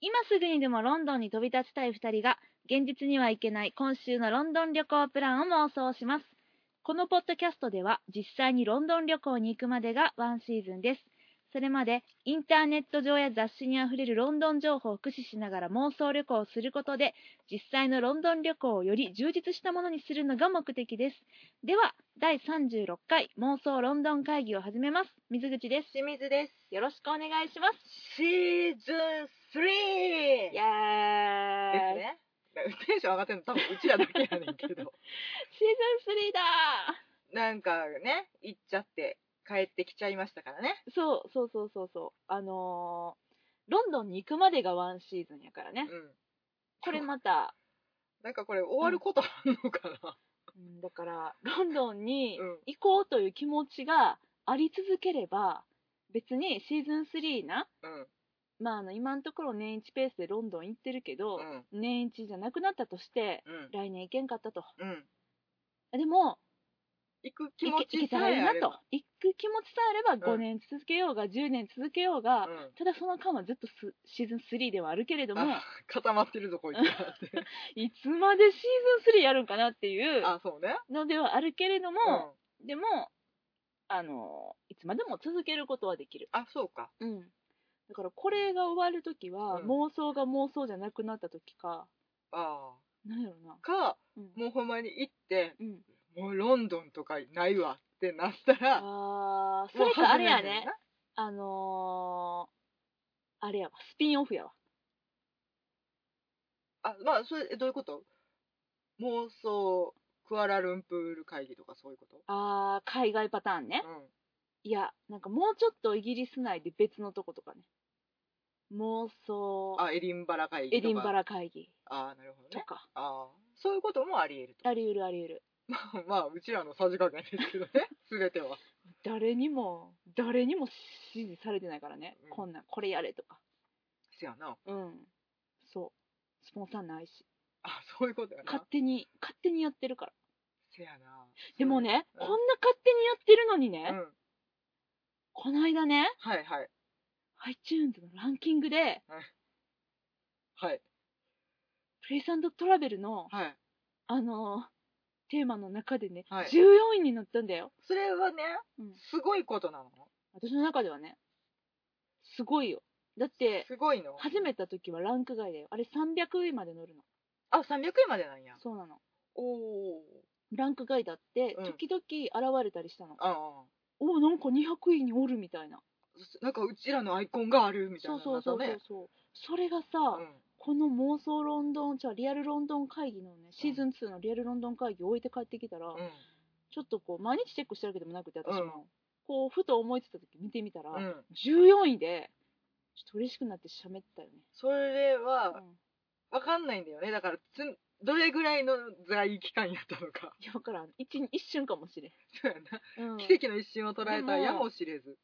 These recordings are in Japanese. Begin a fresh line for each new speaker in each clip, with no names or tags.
今すぐにでもロンドンに飛び立ちたい2人が現実には行けない今週のロンドン旅行プランを妄想しますこのポッドキャストでは実際にロンドン旅行に行くまでがワンシーズンですそれまでインターネット上や雑誌にあふれるロンドン情報を駆使しながら妄想旅行をすることで実際のロンドン旅行をより充実したものにするのが目的ですでは第36回妄想ロンドン会議を始めます水口です
清水です。
よろしくお願いします
シーズン 3!
イエーイ
ですね。だからテンション上がってるの多分うちらだけやねんけ
シー
ど。
ズン3だ
なんかね、行っちゃって帰ってきちゃいましたからね。
ーそうそうそうそうそうあのー、ロンドンに行くまでがワンシーズンやから
う
ね
ん。
これまた、
なんかこれ終わることあんのかな、
うん、だからロンドンに
うん
行こうという気持ちがあり続ければ別にシーズン3な
うん、
まああの今のところ年一ペースでロンドン行ってるけど、
うん。
年一じゃなくなったとして
うん。
来年行けんかったと
うん。
でも
行く気持
行け
ち
行けた
さ
らい
え
い
あ
な
れ
と
ば。
行く気持ちさえあれば
う
5
ん
年続けようが10年続けようが、
うん
ただその間はずっとスシーズン3ではあるけれども
あ固まってるぞこいつらって
いつまでシーズン3やるんかなっていう
あそうね
のではあるけれど
うん
も、でもあのいつまでも続けることはできる、
あそうか
うん、だからこれが終わるときは、
うん
妄想が妄想じゃなくなったときか
あ
なんやろな
あ、か
うん
もうほんまに行って
うん、
もうロンドンとかないわってなったら
あーそ
もう
れかあ
始
れ
めんね
や
んな
ねあのー、あれやわスピンオフやわ
あまあそれえどういうこと妄想クアラルンプール会議とかそういうこと
あー海外パターンねいや、なんかもうちょっとイギリス内で別のとことかね。妄
う
想
ん、あエディンバラ会議とか
エディンバラ会議
あなるほど
と
ね
か。
あーそういうこともあり得ると
あり得るあり得る。
まあうちらのさじ加減ですけどね 全ては
誰にも、誰にも指示されてないからね。
うん
こんなん、これやれとか。
せやな
うん。そう。スポンサーないし。
あそういうことや
勝
な
手に、勝手にやってるから。
せやな
でもね、
うん
こんな勝手にやってるのに
うん
ね、こないだね、
はいはい
iTunes のランキングで、
はい
プレイストラベルの、
はい
あのーテーマの中でね、
はい
14位になったんだよ。
それはね
うん
すごいことなの
私の中ではねすごいよだって
すごいの
始めた時はランク外だよあれ300位まで乗るの
あ300位までなんや
そうなの
おお
ランク外だって
うん
時々現れたりしたの、
ああ
おおなんか200位におるみたいな
なんかうちらのアイコンがあるみたい
そう
な
そうそうそうそうそれがさ、
ううん
この妄想ロンドンじゃあリアルロンドン会議のねシーズン2のリアルロンドン会議を置いて帰ってきたら、
うん
ちょっとこう毎日チェックしてるわけでもなくて私も、
うん
こうふと思いついた時見てみたら、
うん、
14位でちょっと嬉しくなって喋ったよね、
それ
う
は
ん
分かんないんだよねだからつんどれぐらいの在位期間やったのか
いやわからん一一瞬かもしれん
そうやな、
うん
奇跡の一瞬を捉えた
で
や
も
もしれず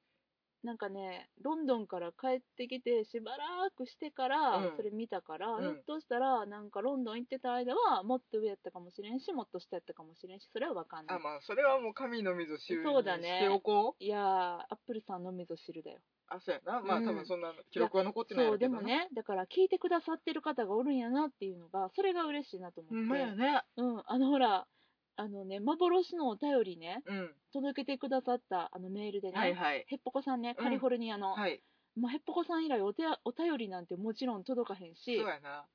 なんかねロンドンから帰ってきてしばらくしてから、
うん
それ見たから、
うん
ひょっとしたらなんかロンドン行ってた間はもっと上やったかもしれんしもっと下やったかもしれんしそれはわかんない
あまあそれはもう神の水を知る
そうだね
しておこう
いやーアップルさんのみぞ知るだよ
あそうやなまあ、
うん
多分そんな記録は残ってないや
そ
ろ
うで
けどな
もねだから聞いてくださってる方がおるんやなっていうのがそれが嬉しいなと思って、
ほんまやね
うん、あのほらあのね幻のお便りね
うん
届けてくださったあのメールでね、
はいはい
へっぽこさんね
うん
カリフォルニアの、
はい
もうへっぽこさん以来お手お便りなんてもちろん届かへん
そう
し
やな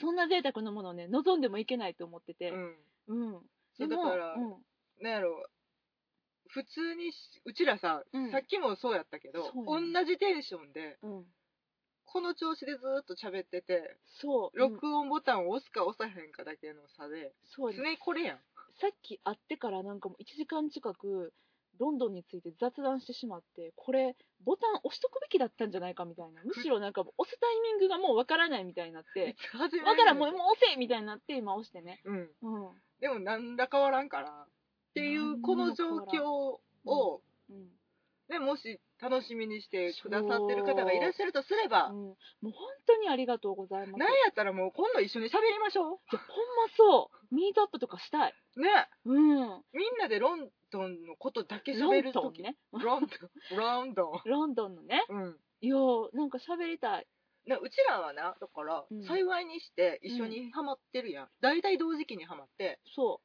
そんな贅沢なものをね望んでもいけないと思ってて
う、ん
うん
そ
で
うだ
も
から、
うん
なんやろ普通にしうちらさ、
うん
さっきもそうやったけど、
そうやね
同じテンションで
うん、
この調子でずーっと喋ってて
そう、うん
録音ボタンを押すか押さへんかだけの差で、
そうです
常にこれやん
さっき会ってからなんかもう1時間近くロンドンについて雑談してしまってこれボタン押しとくべきだったんじゃないかみたいなむしろなんかもう押すタイミングがもうわからないみたいになって
始
わからんもうもう押せみたいになって今押してね、
うん、
うん
でも何ら変わらんからっていうこの状況を、
うん
ね、もし楽しみにしてくださってる方がいらっしゃるとすれば、
うん、もう本当にありがとうございます
なんやったらもう今度一緒に喋りましょ
いやほんまそうミートアップとかしたいう
ね
うん
みんなでロンドンのことだけ
ロ
喋
ン
る
ド
と
ン
き
ね
ロンドンロンドン
ロンドンのね
うん
いやーなんか喋りたい
なうちらはなだから、
うん
幸いにして一緒にハマってるやん、大体同時期にハマって
そ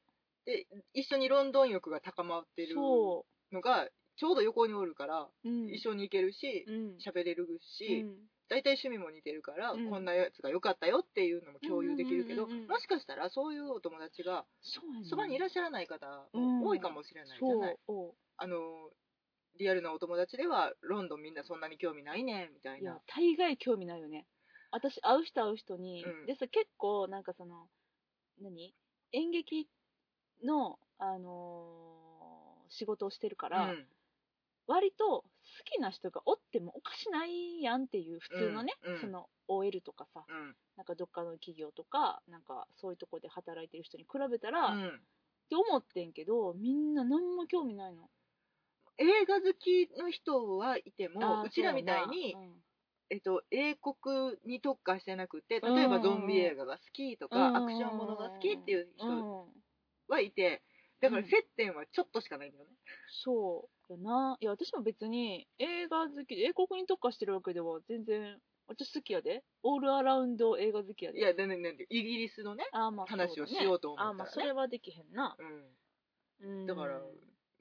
一緒にロンドン欲が高まって
う
る
そ
のがちょうど横におるから、
う、うん、
一緒に行けるし
うん
喋、れるし、
うん
大体趣味も似てるから、
うん
こんなやつが良かったよっていうのも共有できるけど、
うんうんうんうん
もしかしたらそういうお友達が
そうやね
そばにいらっしゃらない方も多いかもしれないじゃない、
そう
あのリアルなお友達ではロンドンみんなそんなに興味ないねみたい
いや
な
大概興味ないよね私会う人会う人に、
うん
でさ結構なんかその何演劇の、あのー仕事をしてるから、
うん
割と好きな人がおってもおかしないやんっていう普通のね、
うんうん
その OL とかさ
うん
なんかどっかの企業とかなんかそういうとこで働いてる人に比べたら、
う
っ
ん
て思ってんけどみんな何も興味ないの
映画好きの人はいて
あ
も
ー
うちらみたいに
そうやな
えっと、英国に特化してなくて例えばゾンビ映画が好きと
うん
か、
うんうん
アクションものが好きっていう
うん
人
うん
はいてだから
うん
接点はちょっとしかないんだよね、
そうやな。いや、私も別に映画好きで、英国に特化してるわけでは全然、私好きやで。オールアラウンド映画好きやで。
いやだねねイギリスのね
あーまあそうだね、
話をしようと思ったら
あーまあ、それはできへんな。
うん
うん
だからだか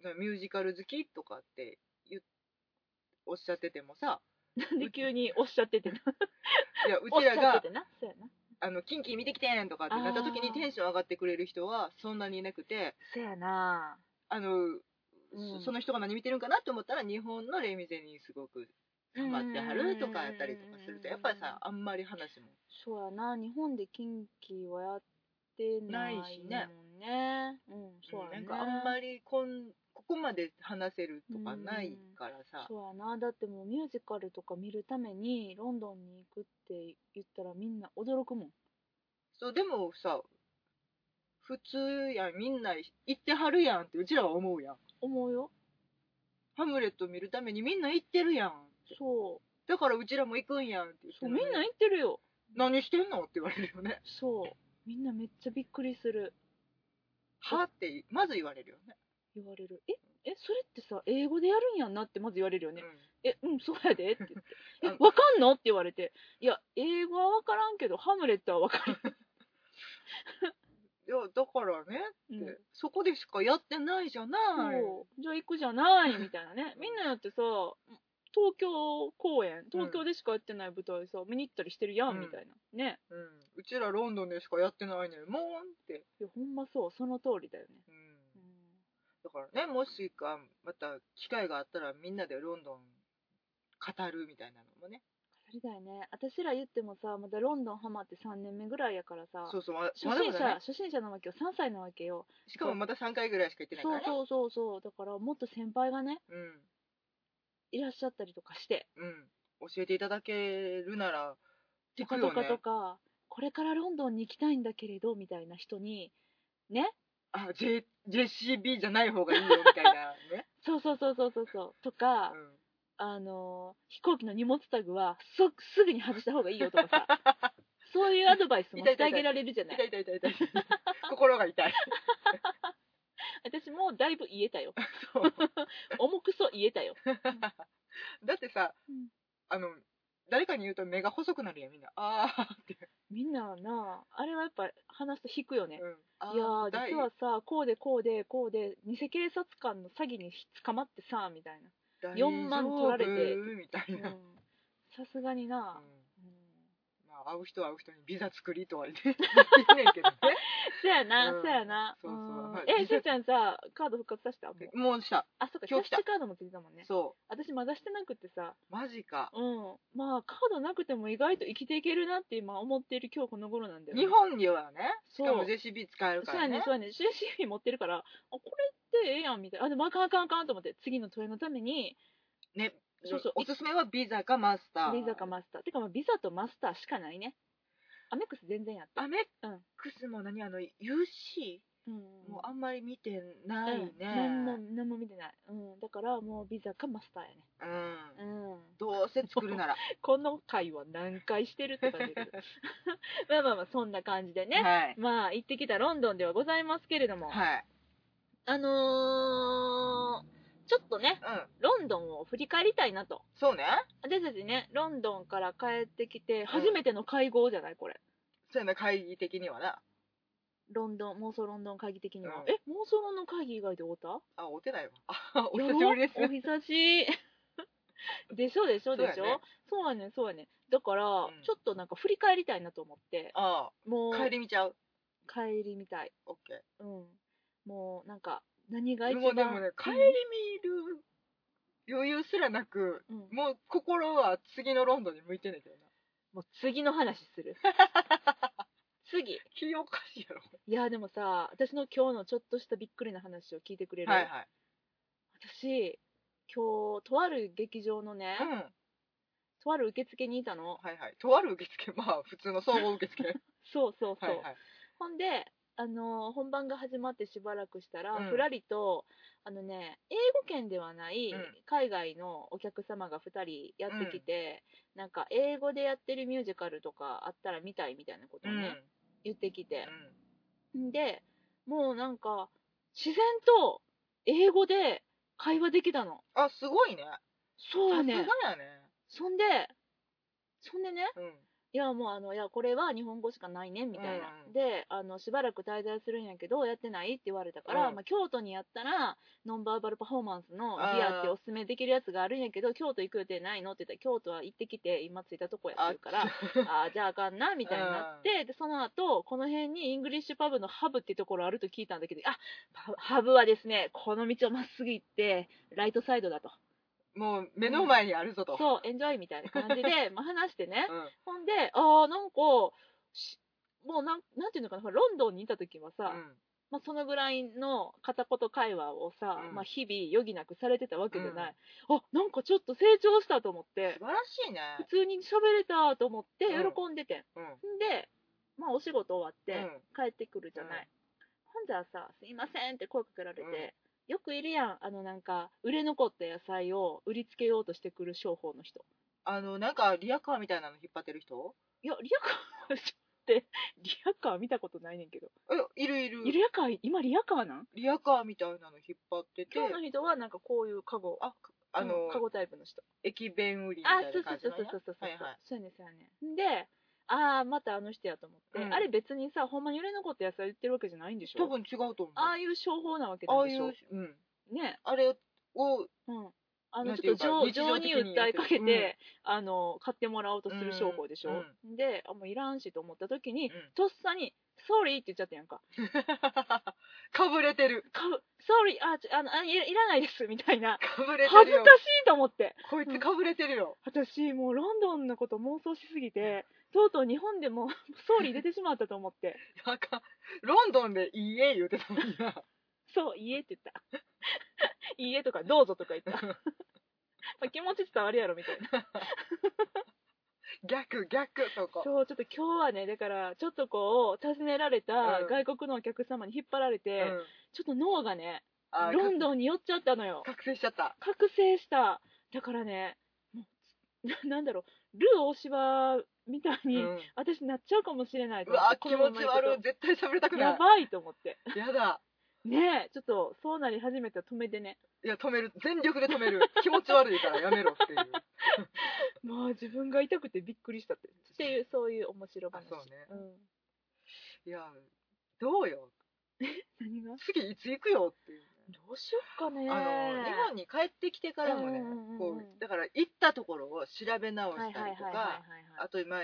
らミュージカル好きとかって言っおっしゃってても さ
なんで急におっしゃっててな。
いやう
おっ
ち
し
ら
ゃってて
が
な。そうやな。
「あのキンキン見てきてん!」とかってなった時に
あー
テンション上がってくれる人はそんなにいなくて
そうやな。
あの、
うん
そその人が何見てるんかなって思ったら日本の「レミゼ」にすごくハマってはるとかやったりとかするとやっぱりさあんまり話も
そうやな。日本でキンキはやってないもん
ないしね
ね。うん、そうや
な
ね。
んかあんまりこんここまで話せるとかないからさ
そうやなだってもうミュージカルとか見るためにロンドンに行くって言ったらみんな驚くもん
そうでもさ普通やんみんな行ってはるやんってうちらは思うやん
思うよ
ハムレット見るためにみんな行ってるやん
そう
だからうちらも行くんやんって言って
そう
る
み
のに
んな行ってるよ
何してんのって言われる よね
そうみんなめっちゃびっくりする
はってまず言われるよね
言われるええそれってさ英語でやるんやんなってまず言われるよね、えうんそうやでって言ってえ
あの
わかんのって言われていや英語はわからんけどハムレットはわかる、
うん、いやだからね
う
っ
ん
て、そこでしかやってないじゃない
そうじゃあ行くじゃないみたいな ねみんなだってさ東京公演東京でしかやってない舞台さ、見に行ったりしてるやん、
うん
みたいなね
うん、うちらロンドンでしかやってないねんもんって、
いやほんまそうその通りだよね、
うん、
うん
だからねもしかまた機会があったらみんなでロンドン語るみたいなのもね
それだよね私ら言ってもさまだロンドンハマって3年目ぐらいやからさ
そうそうま
初
まだ
心
ま
者、
だね
初心者なわけよ3歳なわけよ
しかもまた3回ぐらいしか行ってないか
そ
ら
う
ね
そうそうそうだからもっと先輩がねいらっしゃったりとかして
うんうん教えていただけるなら
と
行
か
く
と
よ
かと
ね
かこれからロンドンに行きたいんだけれどみたいな人にね
あ J JCB じゃない方がいいよみたいなね、
そうそうそうそうそうそうとか、
うん
あのー飛行機の荷物タグはそすぐに外した方がいいよと かさそういうアドバイスもしてあげられるじゃない
痛い痛い痛い 痛い心が痛い
私もだいぶ言えたよ
そう
重くそ言えたよ
だってさ、
うん
あの誰かに言うと目が細くなるやんみんなああって、
みんななああれはやっぱ話すと引くよね、
うんあー
いやー
大
実はさこうでこうでこうで偽警察官の詐欺に捕まってさみたい4万取られて
大丈夫みたい
な
な、
う
うん
んさすがにな、うん、
まあ、会う人は会う人にビザ作りとは言って言ってんねんけどね
そやな、
うん
そやな
そうそうんはい
えしーちゃんさカード復活させたもう
もうした、
あそうかキャッ
今日
シ
来た
ュカードもついてたもんね
そ
私まだしてなくってさ
うマジか
うんまあカードなくても意外と生きていけるなって今思っている今日この頃なんだよね
日本にはねし
そう
かも JCB 使えるか
そう
ら
や
ね
ねそうやね CCP 持ってるからあこれってええやんみたいなあでもあかんあかんあかんと思って次の問いのために
ね
そうそう
おすすめはビザかマスター
ビザかマスターてかまあビザとマスターしかないねアメックス全然やった
アメッ
うん
クスも何あの UC
うん
もうあんまり見てない
う
ね
ん、何も何も見てない、うん、だからもうビザかマスターやね
うん
うん
どうせ作るなら
この回は何回してるって感じだ けどまあまあまあそんな感じで ね、
はい
まあ行ってきたロンドンではございますけれども、
はい
あのーちょっとね、
うん、
ロンドンを振り返りたいなと。
そうね。
私たちね、ロンドンから帰ってきて、初めての会合じゃないこれ。
そうやな、会議的にはな。
ロンドン、妄想ロンドン会議的には。
うん
え、妄想ロンドン会議以外で終わった
あ、おてないわ。あ、お
や
久
ば
しぶりです。
お久しぶり でしょでしょでし
そうや
ょ
ね
そうやねそうやねだから、
うん
ちょっとなんか振り返りたいなと思って
あ
もう
あ、帰り見ちゃう。
帰りみたい
オッケ
うんもうなんか何が
ー。
一
も
番
うでもね、帰り見る余裕すらなく、
うんうん
もう心は次のロンドンに向いてんねんけどな。
もう次の話す る次い
気おかしいやろ。
やでもさ私の今日のちょっとしたびっくりな話を聞いてくれる、
はいはい。
私今日とある劇場のね、
うん。
とある受付にいたの
はいはい。とある受付、 まあ普通の総合受付。
そうそうそ
は
う、
いはい。
ほんで、あのー本番が始まってしばらくしたら、
うん
ふらりとあの、ね、英語圏ではない
うん
海外のお客様が2人やってきて、なんか英語でやってるミュージカルとかあったら見たいみたいなことを
うん。
ね、
うん
言ってきて、んでもうなんか自然と英語で会話できたの
あ、すごいね。
そ
さすが
うね
やね。
そんでそんでね
うん。
いやもうあのいやこれは日本語しかないねみたいな、
うんうん
であのしばらく滞在するんやけどやってないって言われたから、
うん
まあ、京都にやったらノンバーバルパフォーマンスのギアっておすすめできるやつがあるんやけど京都行く予定ないのって言ったら京都は行ってきて今着いたとこやってるから
あ
あーじゃああかんなみたいになって、でその後この辺にイングリッシュパブのハブってところあると聞いたんだけどあパハブはですねこの道をまっすぐ行ってライトサイドだと
もう目の前にあるぞと。
そうエンジョイみたいな感じ で、まあ、話してね
うん。
ほんで、ああ、なんか、しもうなん、なんていうのかな、ほらロンドンにいた時はさ、
うん
まあ、そのぐらいの片言会話をさ、
うん
まあ、日々余儀なくされてたわけじゃない、あなんかちょっと成長したと思っ
素
て、
晴らしいね。
普通に喋れたと思って、
うん
喜んでて、
うん。
ん、で、まあ、お仕事終わって、
う
帰ってくるじゃない。ほんじゃさ、すいませんって声かけられて、よくいるやん、あのなんか、売れ残った野菜を売りつけようとしてくる商法の人。
あの、なんかリアカーみたいなの引っ張ってる人
いや、リアカーって、リアカー見たことないねんけど。
え、いるいる。
リアカー、今リアカーなん
リアカーみたいなの引っ張ってて
今、日の人はなんかこういうカゴ。
あ、あの、
うんカゴタイプの人。
駅弁売りみた
あ
い、な
そうそ
感
う
じ
そう
なん
そう
や
そうそう。
はいはい。
そうやねんそうやねん。で、ああ、またあの人やと思って、
うん
あれ別にさ、ほんまに売れ残った野菜言ってるわけじゃないんでしょ
多分違うと思う。
ああいう商法なわけ
あ
な
あ
んで
い
しょ
う、うん。
ね。
あれを、
うん。あ
な
の、
んて
ち
い
ょっと
うか
情
日
情
常
に
的に
訴えかけ
やってる
て、あの、買ってもらおうとする商法でしょ。
う
で、あ、もういらんしと思った時
う
に、
ん、
とっさに、ソーリーって言っちゃったやんか。
かぶれてる。
かぶ、sorry, あ、ちあの、あいいらないです、みたい な。
かぶれて
恥
る
ず
よ
か。しいと思って。
こいつかぶれてるよ。
私、もうロンドンのこと妄想しすぎて、とうとう日本でも 総理出てしまったと思 って。
なんか、ロンドンでいいえ言うてたもんな。
そう、家って言った。 家とか、どうぞとか言っ た。まあ気持ち伝わるやろ、みたいな。
逆、逆、そこ。
そう、ちょっと今日はね、だから、ちょっとこう、尋ねられた
うん
外国のお客様に引っ張られて、
うん
ちょっと脳がね、
あー
ロンドンに寄っちゃったのよ。
覚醒しちゃった。
覚醒した。だからね、もう、 ななんだろう、ルー大芝みたいうに、
ん
私なっちゃうかもしれないと
う
思っ
わー
て
気持ち悪い。絶対喋りたくな
や
い。
ばいと思って。
やだ。
ねえ、ちょっと、そうなり始めたら止めてね。
いや、止める。全力で止 める。気持ち悪いからやめろっていう。
まあ、自分が痛くてびっくりしたって。っていう、そういう面白話。
あそうね
ん。
いや、どうよ。
何が
次いつ行くよっていう。
どうしよっかね。
あの日本に帰ってきてからもね
うんうんうんうん、
こうだから行ったところを調べ直
はい
した
はい
りと
はいはいは
か、あと今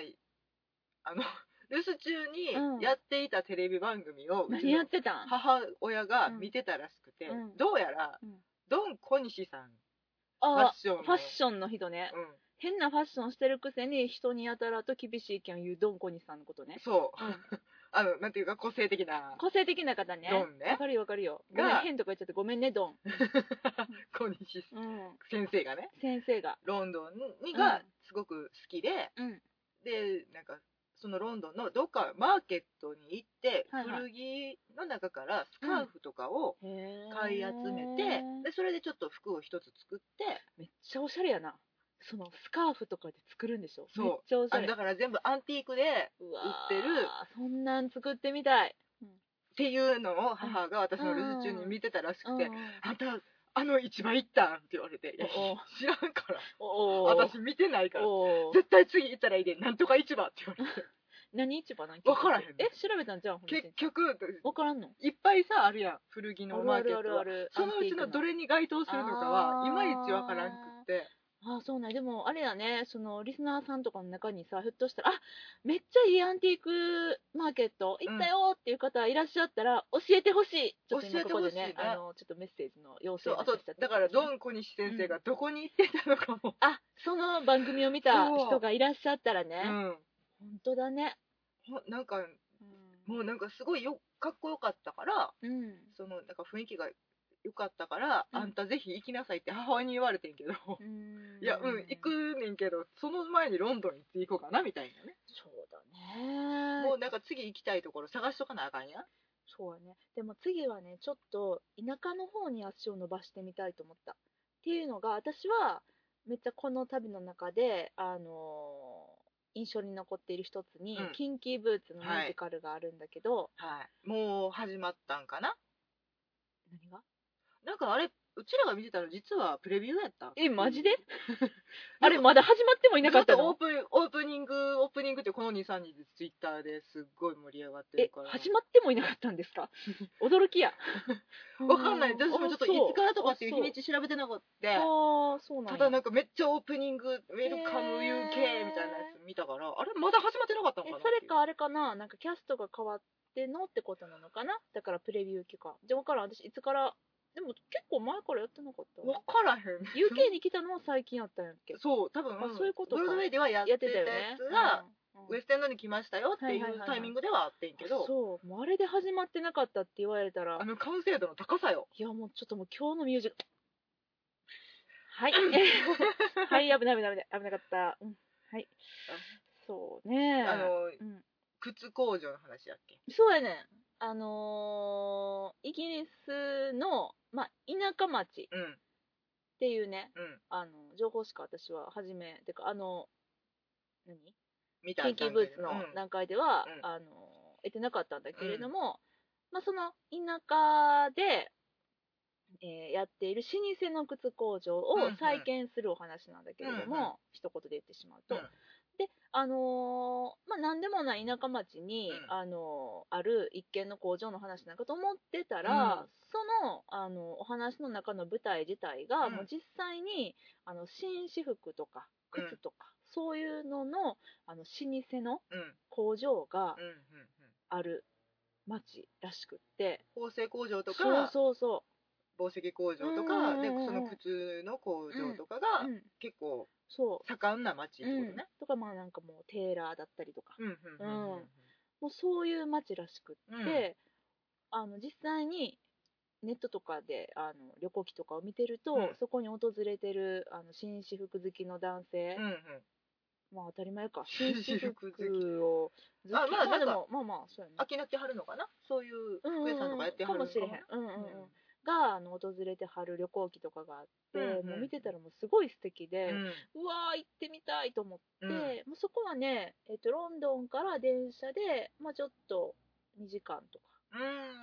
あの 留守中
うん
にやっていたテレビ番組を
い。
うち
何や
の
ってたん
母親が見てたらしくて、
うん
どうやら
うん
ドン小西さんファッ
あ
ションの
ファッションの人ね。
うん
変なファッションしてるくせに、人にやたらと厳しい意見を言うドンコニさんのことね。
そう
うん
あのなんていうか個性的な
個性的な方ね。
ドンね
わかるよわかるよ。ご
が
めん、変とか言っちゃってごめんね、ドン。
小西
うん。
先生がね
先生が。
ロンドンに
う
が
ん
すごく好きで、
うん。
でなんかそのロンドンのどっかマーケットに行って、
はいはい
古着の中からスカーフとかを買い集めて、
へー
でそれでちょっと服を一つ作って
めっちゃおしゃれやなそのスカーフとかで作るんでしょ
そう
めっちゃおしゃ
あ
れ
だから全部アンティークでっ
うわー
売ってる
そんなん作ってみたい
ていうのを母が私の留守中に見てたらしくて、
うん
あんたあの市場行ったんって言われて、いや
お
知らんから、
おー
私見てないから、
おー
絶対次行ったらいいで、なんとか市場って言われて、
何市場なん
わからへん
え調べたんじゃんほん
結局、
わからんの
いっぱいさ、あるやん、古
あ
着の
る
マ
あ
ーケ
る
ッ
あ
ト
るあ
は。
る
そのうちのどれに該当するのか
あ
は、
ー
いまいちわからんくって、
あそうなんやでもあれだねそのリスナーさんとかの中にさひょっとしたらあめっちゃいいアンティークマーケット行ったよっていう方いらっしゃったら、教えてほしいちょっと今ここで
教え
ね
てほしいね
あのちょっとメッセージの要請
そう、あと、だから、ドン小西先生がどこに行ってたのかも、
あその番組を見た
そう
人がいらっしゃったらね
う、ん。
本当だね
ほなんか、
うん
もうなんかすごいよ、かっこよかったから、
うん
そのなんか雰囲気が良かったから、
うん
あんたぜひ行きなさいって母親に言われてんけど、いやうん行くねんけどその前にロンドン行って行こうかなみたいなね、
そうだね
もうなんか次行きたいところ探しとかなあかんやん
そうやね。でも次はね、ちょっと田舎の方に足を伸ばしてみたいと思った。っていうのが、私はめっちゃこの旅の中で、あのー印象に残っている一つに、
うん
キンキーブーツのミュージカルがあるんだけど、
はいもう始まったんかな
何が
なんかあれうちらが見てたの実はプレビューやった
え、マジで あれ、まだ始まってもいなかった
ずとオ
の
ープンオープニングオープニングってこの23日でツイッターですっごい盛り上がって
え
るから、
始まってもいなかったんですか 驚 きや。
わかんない私もちょっといつからとかっていう日に
ち
ち調べてなかった
あーそうなん
た
や
だなんかめっちゃオープニング、ウェルカム
へ
UK
ー
みたいなやつ見たから、あれまだ始まってなかったの
え
かな
それかあれかななんかキャストが変わってのってことなのかなだからプレビュー期かじゃあ分からん私いつからでも結構前からやってなかった
わからへん。
UK に来たのは最近やったんやっけ
そう、多分、
あそういうことか
ブロードウェイではやっ
や
て
って
た
たよ
や
ね
つが、
うん
ウエストエンドに来ましたよってい
はいはいは
う
いはい
タイミングではあってんけど、
そうもうあれで始まってなかったって言われたら
あの完成度の高さよ。
いやもうちょっともう今日のミュー ジックはい はい危ない危ない危ない危なかった、うん、はいそうね
あの、
うん
靴工場の話やっけ。
そうやねん。あのーイギリスの、まあ、田舎町っ
うん、
ていうね、
うん。
あの、情報しか私は初め、てか、あの、何
みた
研
いな。
究ブースの
うん
段階では、
うん
あの、得てなかったんだけれども、まあ、その田舎で、えーやっている老舗の靴工場を
うんうん
再建するお話なんだけれども、
うんうん
一言で言ってしまうと、
うん
であのーまあ何でもない田舎町に、
うん
あのーある一軒の工場の話なんかと思ってたら、
うん
そのあのお話の中の舞台自体が、
うん
もう実際にあの紳士服とか
うん
靴とか、そういうののあの老舗の
うん、うん、
工場が
うん、うん。
ある町らしくって、
縫製工場とか、
そうそうそ
紡績工場と
う
か、
ん
で、
うんうん
その靴の工場とか
う、
が
う、ん、
結構
そう
盛んな街ってこと
うん
ね。
とかまあなんかもうテーラーだったりとか、
うん、うん、うんうん。
もうそういう町らしく
う
っ
ん、
て、あの実際にネットとかであの旅行記とかを見てると、
うん
そこに訪れてるあの紳士服好きの男性、
うんうん、
まあ当たり前か紳
紳
士
士
服
服好き
を好き
あまあ
まあで
なん
もまあまあそうやね
飽きなってはるのかなそういう
うんうん
服屋さんとかやって
か
はるの
もしれへん、うんうんうんがあの訪れてはる旅行記とかがあって、
うんうん
もう見てたらもうすごい素敵で、
うん
うわー行ってみたいと思って、
うんうん
もうそこはね、えっとロンドンから電車で、まあ、ちょっと2時間とか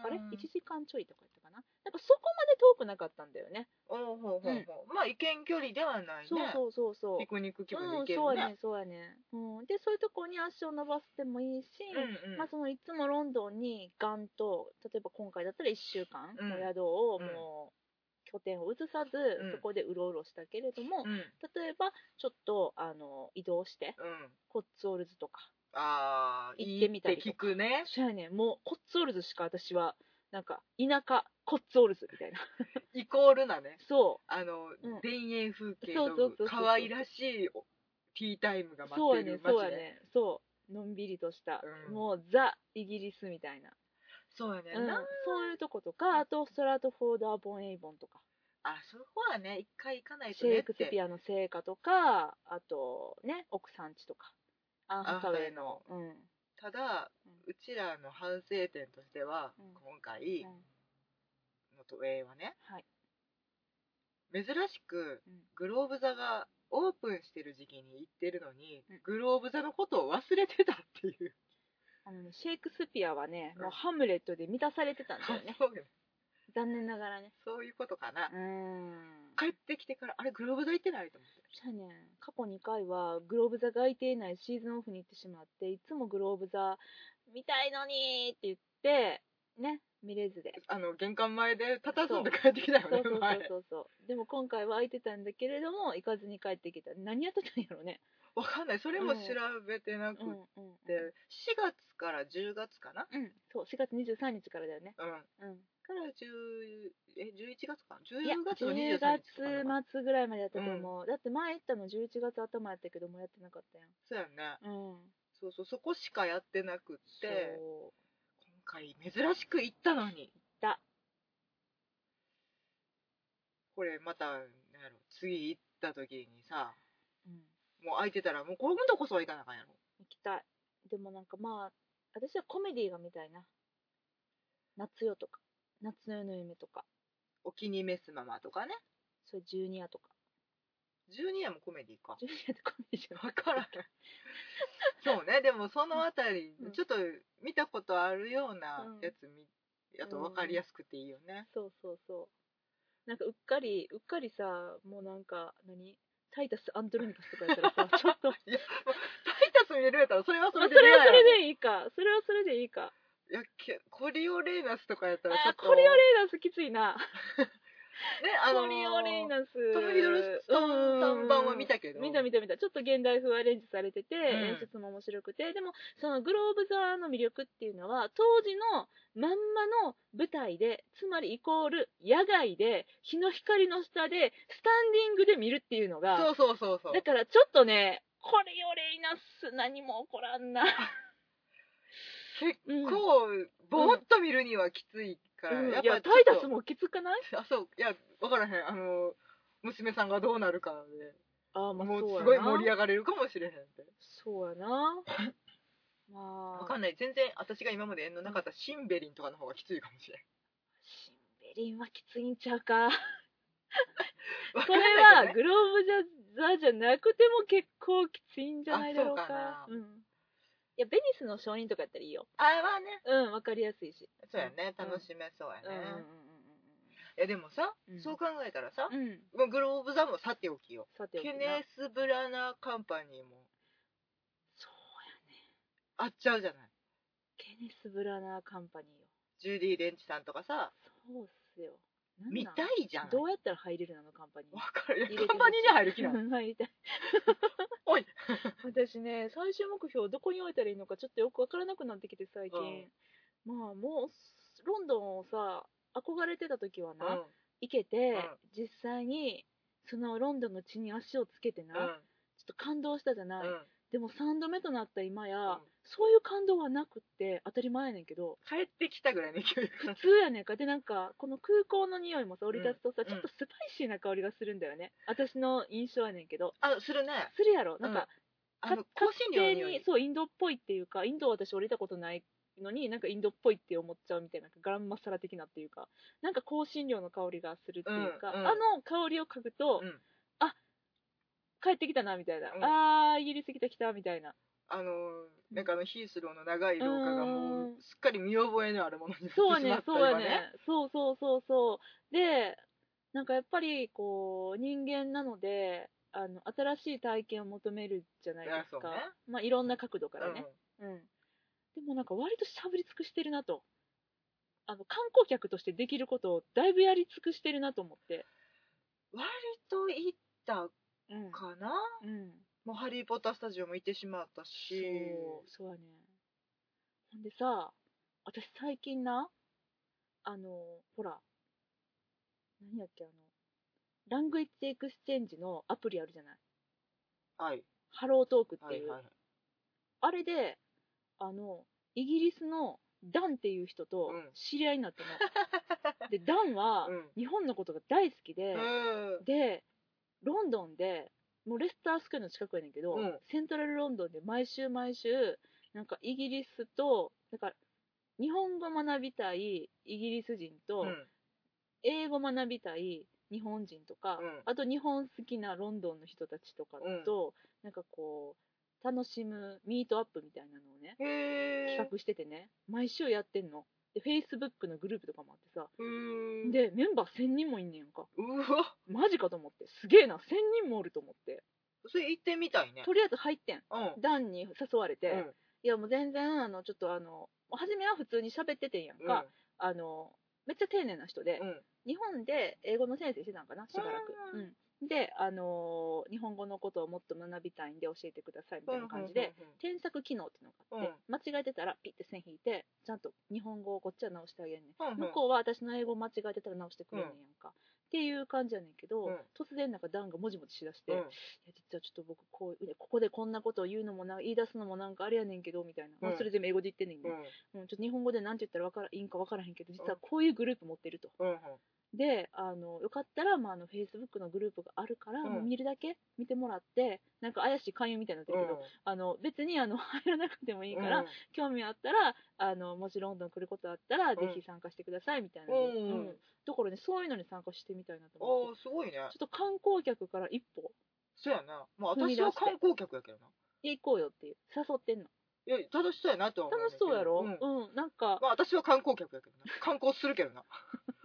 あれ ?1 時間ちょいとかやったかななんかそこまで遠くなかったんだよね。
おうほうほうほうまあ意見距離ではないね
そうそうそうそう。
ピクニック気分
う
で行
ん、
け
そう
る
や
ね
ね、そうやね。うん、で、そういうとこに足を伸ばしてもいいし、
うんうん
まあ、そのいつもロンドンにガンと、例えば今回だったら1週間、
うん
もう宿を
うん
もう拠点を移さず、
うん
そこでうろうろしたけれども、
うんうん
例えばちょっとあの移動して、コッツオルズとか、
ああ
行ってみたりとか
聞くね
そうやね、もうコッツオルズしか私は、なんか田舎コッツオルズみたいな。
イコールなね
そう
あの、
うん
田園風景
そうそうそうそ
と
う
可愛らしいおティータイムが待
そう
っ
や
て
ね
る、街
そうや
で
ね、そう、のんびりとした、
うん
もうザ・イギリスみたいな、
そうやね
うん
な
そういうとことか、あとストラトフォード・アボン・エイボンとか、
あそこはね一回行かない
シ
と
ェ
ね
イ
っ
クスピ
て
アの聖歌とか、あとね、奥さん地とか、アン・
あ
ハサウェイの、う
の
ん、うん
ただ
うん
うちらの反省点としては
うん
今回の都営はね、
はい、
珍しく
うん
グローブ座がオープンしてる時期に行ってるのに、
うん
グローブ座のことを忘れてたっていう
あのねシェイクスピアはね、
うん
もうハムレットで満たされてたんだよね
、そうよね
残念ながらね
そういうことかな、
うん
帰ってきてからあれグローブ座行ってないと思って
そうやねん過去2回はグローブ座が空いていないシーズンオフに行ってしまっていつもグローブ座見たいのにって言ってね見れずで
あの玄関前で佇んで帰ってきたよ
そうそ
ね
うそう
前
そうそうでも今回は空いてたんだけれども行かずに帰ってきた何やってたんやろね
わかんないそれも調べてなく
うんうんうん
て、4月から10月かな
うんそう4月23日からだよね
うん
うん
から10え11月かない
や
10月の
10
23日
月
とかな
末ぐらいまでやったと思う、だって前行ったの11月頭やったけどもうやってなかったや
そうやね
んうん
そうそうそこしかやってなくって
そう
今回珍しく行ったのに
た
これまたなんやろ次行った時にさ
うん
もう空いてたらもう今度こそは行かなあかんやろ
行きたいでもなんかまあ私はコメディが見たいな夏夜とか夏の夜の夢とか
お気に召すままとかね
それ12夜とか
12夜もコメディか
12夜ってコメディじゃない
分からへんそうねでもそのあたり、
うん
ちょっと見たことあるような
うん
やつ見やと分かりやすくていいよね、
そうそうそうなんかうっかりうっかりさもうなんか何タイタス・アンドロニカスとかやったらさちょっとまあ
いやまあタイタス見れるやったらそれは
そ
そ
れ
れ
は
で
そ
レアやろ
れでいいかそれはそれでいいか
いやけコリオレーナスとかやったらちょ
あ
っと
コリオレーナスきついな
ねあのー
コリオレーナス
トム・ヒドルストンさん版は見たけど
見た見た見たちょっと現代風アレンジされてて、
ん
演出も面白くてでもそのグローブ座の魅力っていうのは当時のまんまの舞台でつまりイコール野外で日の光の下でスタンディングで見るっていうのが
そうそうそうそう
だからちょっとねこれよりなす何も起こらんな
結
うん
構ぼーっと見るにはきついから、
うん
やっ
いや
ぱ
タイタス
も
もきつかない
あそういや分からへんあの娘さんがどうなるかで
ああまあ
もう
そうやな
すごい盛り上がれるかもしれへんって
そうやな まあ
わかんない全然私が今まで縁のなかったシンベリンとかの方がきついかもしれん
シンベリンはきついんちゃうか。
わ
こ
かん
れ
な
は
いけどね
グローブザじゃなくても結構きついんじゃないだろうか。
あそうかな
うん。いや、ベニスの商人とかやったらいいよ。
あれはね
うん、わかりやすいし。
そうやね楽しめそうや
うん
ね、
うん
いやでもさ、
うん
そう考えたらさ
うん、うん。うん。
まあグローブ座もさておきよ
さておき
ケ
な。
ネス・ブラナーカンパニーも
そうやね。
あっちゃうじゃない
ケネス・ブラナーカンパニーよ。
ジュリー・レンチさんとかさ
そうっすよ。なんなん
見たいじゃん
どうやったら入れるのあのカンパニー
わ。かる
入れてほしい
いやカンパニーに入る気なの
入りたい。
おい
私ね、最終目標どこに置いたらいいのかちょっとよくわからなくなってきて最近。まあもう、ロンドンをさ、憧れてた時はな、
うん
行けて、
ん
実際にそのロンドンの地に足をつけてな、ちょっと感動したじゃない、
うんうん
でも3度目となった今や、
うん
そういう感動はなくって当たり前やねんけど
帰ってきたぐらいの勢いか
普通やねんかでなんかこの空港の匂いもさ降り立つとさ、
ん
ちょっとスパイシーな香りがするんだよね私の印象やねんけど
あするね
するやろなんか、
あの
か
香辛料の
勝
匂
手に
い
そうインドっぽいっていうかインドは私降りたことないのになんかインドっぽいって思っちゃうみたいなガランマサラ的なっていうかなんか香辛料の香りがするっていうか、
うんうん
あの香りを嗅ぐと、
うん
あ帰ってきたなみたいな、
うん
あーイギリス来た来たみたいな
あのなんかあのヒースローの長い廊下が
う
も
ん
うすっかり見覚えのあるものになってし
そう
ま
や
った
ね
今
んそうやねんそうそうそうそうでなんかやっぱりこう人間なのであの新しい体験を求めるじゃないです
いやそ
か、
うね
まあいろんな角度からね、
うん
うん、でもなんか割としゃぶり尽くしてるなとあの観光客としてできることをだいぶやり尽くしてるなと思って、
割と行った
うんう
かな、
ん、
もうハリー・ポッタースタジオも行ってしまった
そ
し
うそうやねほんでさ私最近なあのほら何やっけあのラングイッチエクスチェンジのアプリあるじゃない
はい
ハロートークっ
は
て
い
いう、
はい
あれであのイギリスのダンっていう人と
うん
知り合いになったの、でダンは、
うん
日本のことが大好きで、
うん
でロンドンでもうレスタースクエアの近くやねんけど、
うん
セントラルロンドンで毎週毎週なんかイギリスとだから日本語学びたいイギリス人と、
うん
英語学びたい日本人とか、
うん
あと日本好きなロンドンの人たちとかと、なんかこう楽しむミートアップみたいなのをね
へえ
企画しててね毎週やってんので Facebook のグループとかもあってさ
うん
でメンバー1000人もいんねやんか
うわ
マジかと思ってすげえな1000人もおると思って
それ行ってみたいね
とりあえず入ってん
うん
ダンに誘われて、
うん
いやもう全然あのちょっとあの初めは普通に喋っててんやん
うん
か、あのめっちゃ丁寧な人で、
うん
日本で英語の先生してたんかなしばらく、
う
うん、であの日本語のことをもっと学びたいんで教えてくださいみたいな感じで、添削機能っていうのがあって、間違えてたらピッて線引いてちゃんと日本語をこっちは直してあげんねん、
うんうん
向こうは私の英語間違えてたら直してくれんねんやんか、っていう感じやねんけど、
うん
突然なんか段がもじもじしだして、
うん
いや実はちょっと僕こうここでこんなことを言うのもな言い出すのもなんかあれやねんけどみたいな、まあ
うん
それ全部英語で言ってんねんけ
う
ど、
ん
うんちょっと日本語で何て言ったらわからいいんかわからへんけど実はこういうグループ持ってると
うん
であのよかったら、まあ、あの Facebook のグループがあるから、
うん
もう見るだけ見てもらってなんか怪しい勧誘みたいになってるけど、あの別にあの 入らなくてもいいから、
うん
興味あったらあのもしロンドン来ることあったら、
ん
ぜひ参加してくださいみたいな、
うんうん
ところねそういうのに参加してみたいなと思
あ
って
あすごいね
ちょっと観光客から一歩
そうやなもう
踏み出し
私
て
は観光客やけどな
行こうよっていう誘ってんの
いや楽しそうやなとは思うん
楽
だ
し
けど
そうやろ
ん
うん、なんか
まあ私は観光客やけど な観光するけどな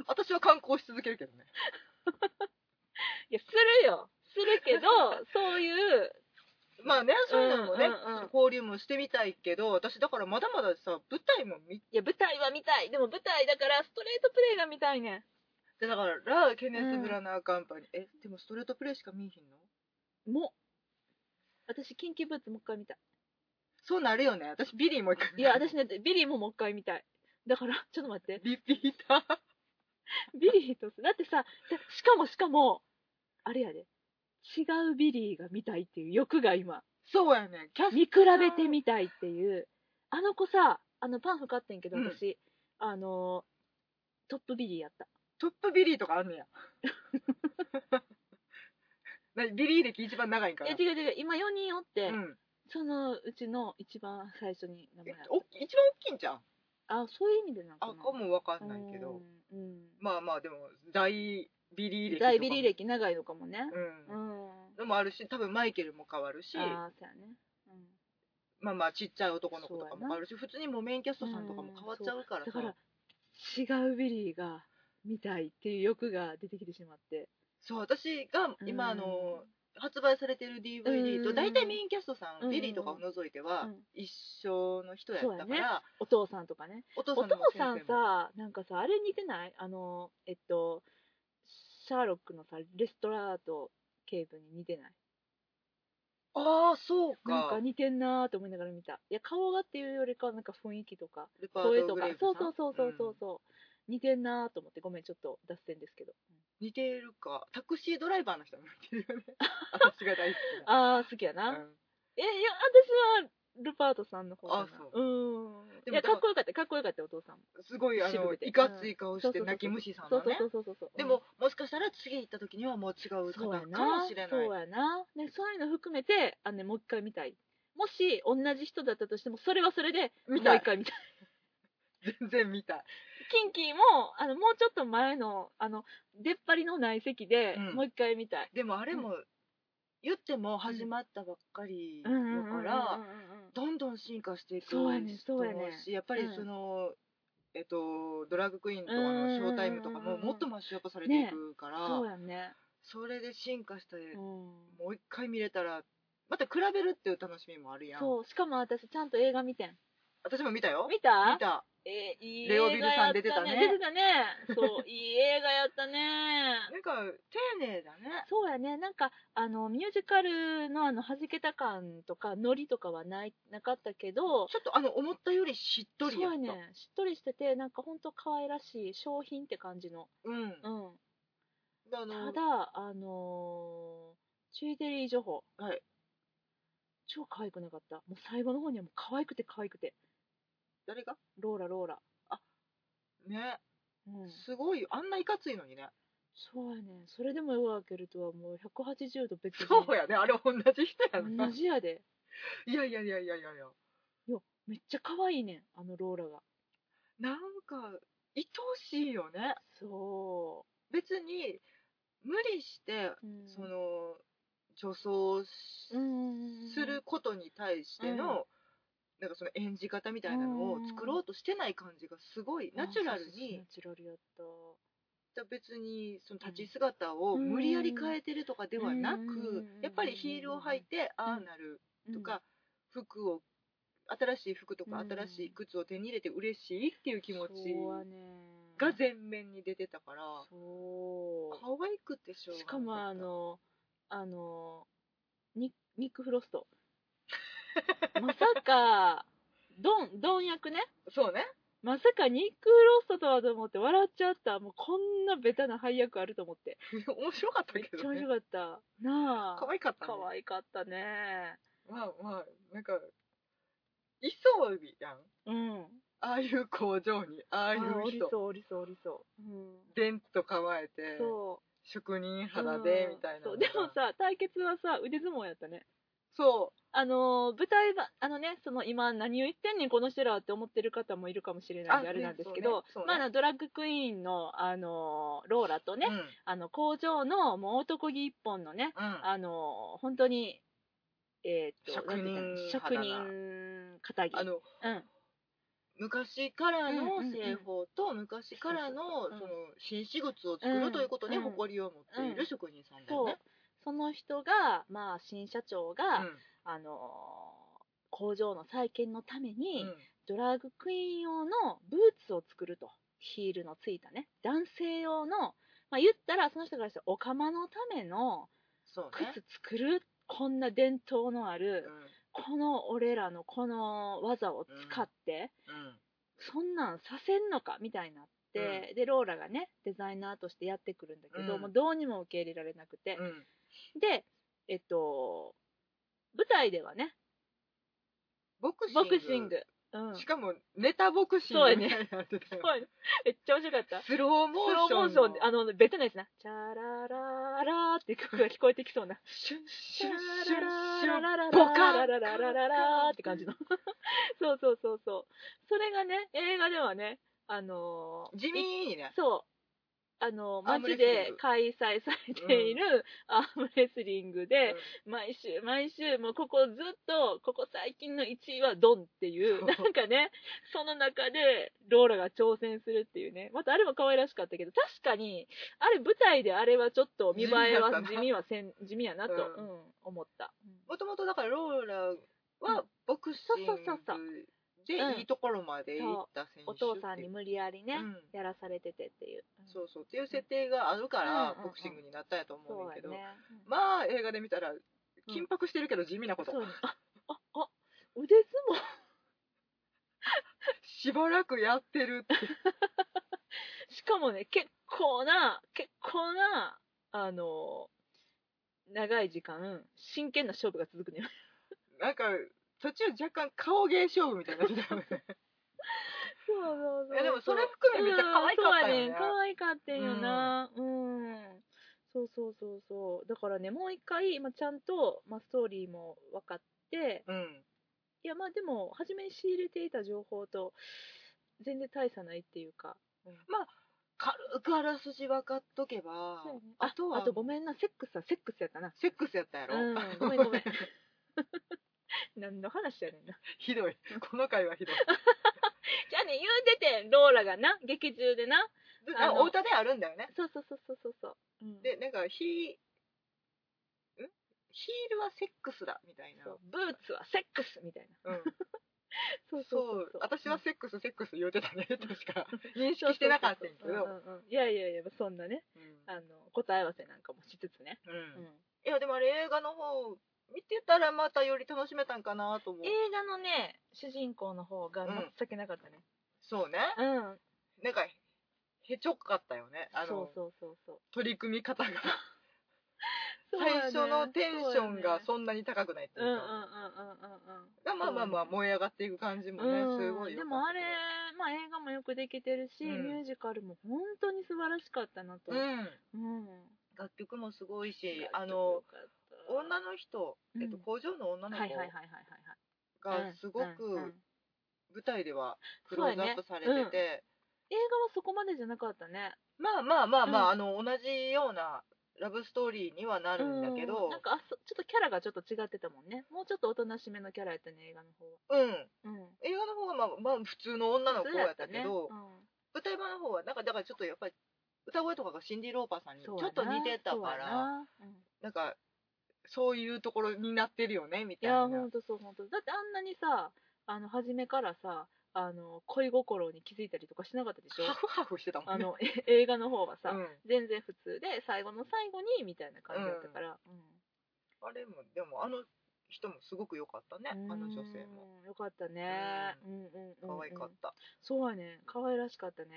私は観光し続けるけどね
いやするよするけど そういう
まあねそういうのもね、
うんうんうん
交流もしてみたいけど私だからまだまださ舞台も見
いや舞台は見たいでも舞台だからストレートプレイが見たいね
てだからラ・ケネス・ブラナー・カンパニー、えでもストレートプレイしか見えへんの
んも私キンキーブーツもう一回見たい
そうなるよね私ビリーも行く
いや私ねビリーももう一回見たいだからちょっと待って
リピーター
ビリーとだってさでしかもしかもあれやで違うビリーが見たいっていう欲が今
そうやねキャス
見比べてみたいっていうあの子さあのパンフ買ってんけど
うん
私、あのトップビリーやった
トップビリーとかあ んねや何ビリー歴一番長いんか
いや
な
違う違う今4人おって、
うん
そのうちの一番最初に名前
え
あ
お一番大きいんじゃん
あそういう意味でなんか
あ
な
かもわかんないけど
うん、
まあまあでも大ビリー
うん
歴とかも
大ビリー歴長いのかもね
うん
うん、
のもあるし多分マイケルも変わるし
ああそうやね、うん、
まあまあちっちゃい男の子とか
そうやな
もあるし普通にもうメインキャストさんとかも変わっちゃうから
だ
さ
から違うビリーが見たいっていう欲が出てきてしまって
そう私が今あの発売されてる
う
DVD
ん
と大体メインキャストさ
うん
んビリーとかを除いては
うん
一緒の人やった
そう
か
や
ら
お父さんとかね
お
お
父さん
父
の
さん
先生も
さなんかさあれ似てないあのえっとシャーロックのさレストラートケイブに似てない
ああそう
なんか
か
似てんなーと思いながら見たいや顔がっていうよりかはなんか雰囲気とか
ルパー
声
ト・
と
グ
か
レイブさ
そ
ん
うそうそうそうそうそう、似てんなーと思ってごめんちょっと脱線ですけど
似てるかタクシードライバーの人も似てるよね私が大好きな
あー好きやな、
うん
えいや私はルパートさんの方かな
あそう
うーん
でも
いや
だから
かっこよかったかっこよかったお父さんも
すごいあ
渋
の
くて
いかつい顔
そう
し
そう
て
そう
泣き虫さん
そう
の
そう
ね
そうそうそうそう
でも、もしかしたら次行った時にはもう違う
そう
方
や
か
な
もしれない
そうやなでそういうの含めてあの、ね、もう一回見たいもし同じ人だったとしてもそれはそれでもう
見
一
たい
回見たい
全然見たい
キンキーもあのもうちょっと前のあの出っ張りのない席で、
うん
もう一回見たい
でもあれも、言っても始まったばっかりだ
うんうんうんうんうんうん
か
う
ら
ん
どんどん進化していく
そうやねそうやね
思うしやっぱり
うん
その、えっと、ドラッグクイーンとかのショータイムとか
うんうんうん
も
うん
もっとマッシュアップされていくから、
そうやね
それで進化して
うん
もう一回見れたらまた比べるっていう楽しみもあるやん
そうしかも私ちゃんと映画見てん
私も見たよ
見た
見た
えーいい
レオビルさん
映画やった
出
出て
て
たねそういい映画やったね
なんか丁寧だね
そうやねなんかあのミュージカルのあの弾けた感とかノリとかはないなかったけど
ちょっとあの思ったよりしっとりやっ
そう
た
やねしっとりしててなんかほんと可愛らしい商品って感じの、
うん
うん、
あ
た
の
だあのー、チュイデリー情報
はい
超可愛くなかったもう最後の方にはもう可愛くて可愛くて
誰が
ローラローラ、
ね
うん、
すごいあんないかついのにね
そうやねそれでも夜明けるとはもう180度別人
そうやねあれ同じ人やな
同じやで
いやいやいやいやいやいや
めっちゃ可愛いねんあのローラが
なんか愛おしいよね
そ
別に無理して
う、うん
その女装し
うんうんうんうん
することに対してのなんかその演じ方みたいなのを作ろうとしてない感じがすごいナチュラルに
ナチュラルやった
別にその立ち姿を無理やり変えてるとかではなく
うん
やっぱりヒールを履いてああなるとか服を新しい服とか
うん
新しい靴を手に入れて嬉しいっていう気持ち
そうはね
が前面に出てたから
そう
可愛くてしょうがな
しかもあのあのニニック・フロスト まさかドンドン役ね
そうね
まさかニック・ロストとはと思って笑っちゃったもうこんなベタな配役あると思って
面白かった
めっ
け
ちゃ
ど
面
ね
白かったな
可
あ
愛かったね
可愛かったね
まあまあなんかいそうやん
うん
ああいう工場にあ
あ
あいう
おり
人
そうおりそうおりそう、うん、
デンと構えて
そう
職人肌で
うん
みたいなの
そ
が
うでもさ対決はさ腕相撲やったね
そ
あのー舞台ばあのねその今何を言ってんねんこの人らって思ってる方もいるかもしれないんで
あ
あれなんですけど、
ねそうねそうね
まああのドラッグクイーンのあのーローラと
う
ね、
うん
あの工場のもう男気一本のね
うん
あの本当に、えーっと
職人
なんていうかな職
肌な
人肩着
あの
うん、
昔から
う
の
んうんうん
製法と昔からの
そうそうそう
その新私物を作るということに
うん
誇りを持っている職人さんだよ
そう
ね。
その人が、まあ、新社長が、
うん
あの工場の再建のために、
うん
ドラッグクイーン用のブーツを作るとヒールのついたね男性用の、まあ、言ったらその人からしたらお釜のための
そうね
靴作る、こんな伝統のある
う、ん
この俺らのこの技を使って、
うん
そんなんさせんのかみたいになって、でローラがねデザイナーとしてやってくるんだけど、
うん
もうどうにも受け入れられなくて、
うん
でえっと舞台ではね
ボクシング
ボクシング、うん、
しかもネタボクシングみたいになってたよ
そうやねめっちゃ面白かった
スロー
スローモ
モー
ー
シ
ショ
ョ
ン
ン
で
の
あのベタなやつな「チャラララ」って曲が聞こえてきそうな「
シュンシ
チ
ュ
ャ
ンシュ
ラ
ンシ
ラ
ュ
ラララ
ン
ラ
ボカン
ララララララ」って感じのそうそうそうそうそれがね映画ではねあのー
地味にね
そう。あの、
アーム
街
レスリング
で開催されているアームレスリングで、毎週毎週、もうここずっと、ここ最近の1位はドンっていう、
そう
なんかね、その中でローラが挑戦するっていうね。またあれも可愛らしかったけど、確かに、あれ舞台であれはちょっと見栄えは地味
地味
はせん、地味やなと、
う
うん思った。
もともとだからローラ
う
はボクシン
そうそうそう
グでいいところまで行った選手っていう
お父さんに無理やりね、
うん
やらされててっていう。
そうそうっていう設定があるから
うん
ボクシングになったんやと思
そうう
ねんけ
や
ど、
ね。
まあ映画で見たら緊迫してるけど地味なこと、
そうやねあ、あ、あ、腕相撲
しばらくやってるって
しかもね、結構な、結構な、あのー長い時間、真剣な勝負が続くのよ。
なんか途中若干顔芸勝負みたいになって たよね
そうそう
いやでもそれ含めめっちゃ可愛かった
ん、そう
よね
やねん可愛かったんよな。うん。そうそうそうそう。だからね、もう一回、まあ、ちゃんと、まあ、ストーリーも分かって、
うん
いや、まあでも、初めに仕入れていた情報と、全然大差ないっていうか。
軽くあらすじ分かっとけば
そうやね
あとは
あとごめんな、セックスはセックスやったな。
セックスやったやろ、。
うん、ごめんごめん 何の話やねんな。
ひどいこの回はひ どい
じゃあね、言うててん、ローラがな、劇中でな。
で
あの
お歌であるんだよね
そうそうそうそうそうそう。うん
でなんかヒーんヒールはセックスだみたいな
そうブーツはセックスみたいな。
うん
そう
そう私は
セ
セックスセックス言うてたね確か認識してなかったんやけど
うんうんうんいやいやいや、そんなね、
うん
あの、答え合わせなんかもしつつね。
うん
うん
いやでもあれ映画の方見てたらまたより楽しめたんかなと思う
映画のね、主人公の方が全くなかったね。
そうね
うん。
なんかへちょっかったよねあの
そうそうそうそう。
取り組み方が
そう
最
やね
初のテンションが
そう
そんなに高くないってい
やねうん
う
うんうん
か、
うんうんうん。
がまあまあまあ
そうやね
燃え上がっていく感じもね、
うん
すごいよ
でもあれ、まあ、映画もよくできてるし、
うん
ミュージカルも本当に素晴らしかったなと、
うん
うん
楽曲もすごいしあの女の人、えっと、
うん
工場の
の
女の
子はい
子
はいはいはいはいはい
がすご
うんうんうん
く舞台ではク
そう
ロ
やね
ーズアップされてて、
映画はそこまでじゃなかったね
まあまあまあまあ、
うん
あの同じようなラブストーリーにはなるんだけど
う、んなんかあそちょっとキャラがちょっと違ってたもんねもうちょっとおとなしめのキャラやったね映画の方は
うん、
うん
映画の方はまあ、まあ、普通の女の子やったけど、
うん
舞台版の方はなんかだからちょっとやっぱり歌声とかがシンディ・ローパーさんにちょ
そうやな
っと似てた
そう
か
や
ら
なうん
なんかそういうところになってるよねみ
い
たい
や
な
ほんとそうほんとだってあんなにさあの初めからさあの恋心に気づいたりとかしなかったでしょ
ハフハフしてたも
あ
んね
のえ映画の方はさ、
うん
全然普通で最後の最後にみたいな感じだったから、
あれもでもあの人もすごく良かったね
うん
あの女性も
うんよかったね、うんうんうんうん
可愛かった
そうやね可愛らしかったね、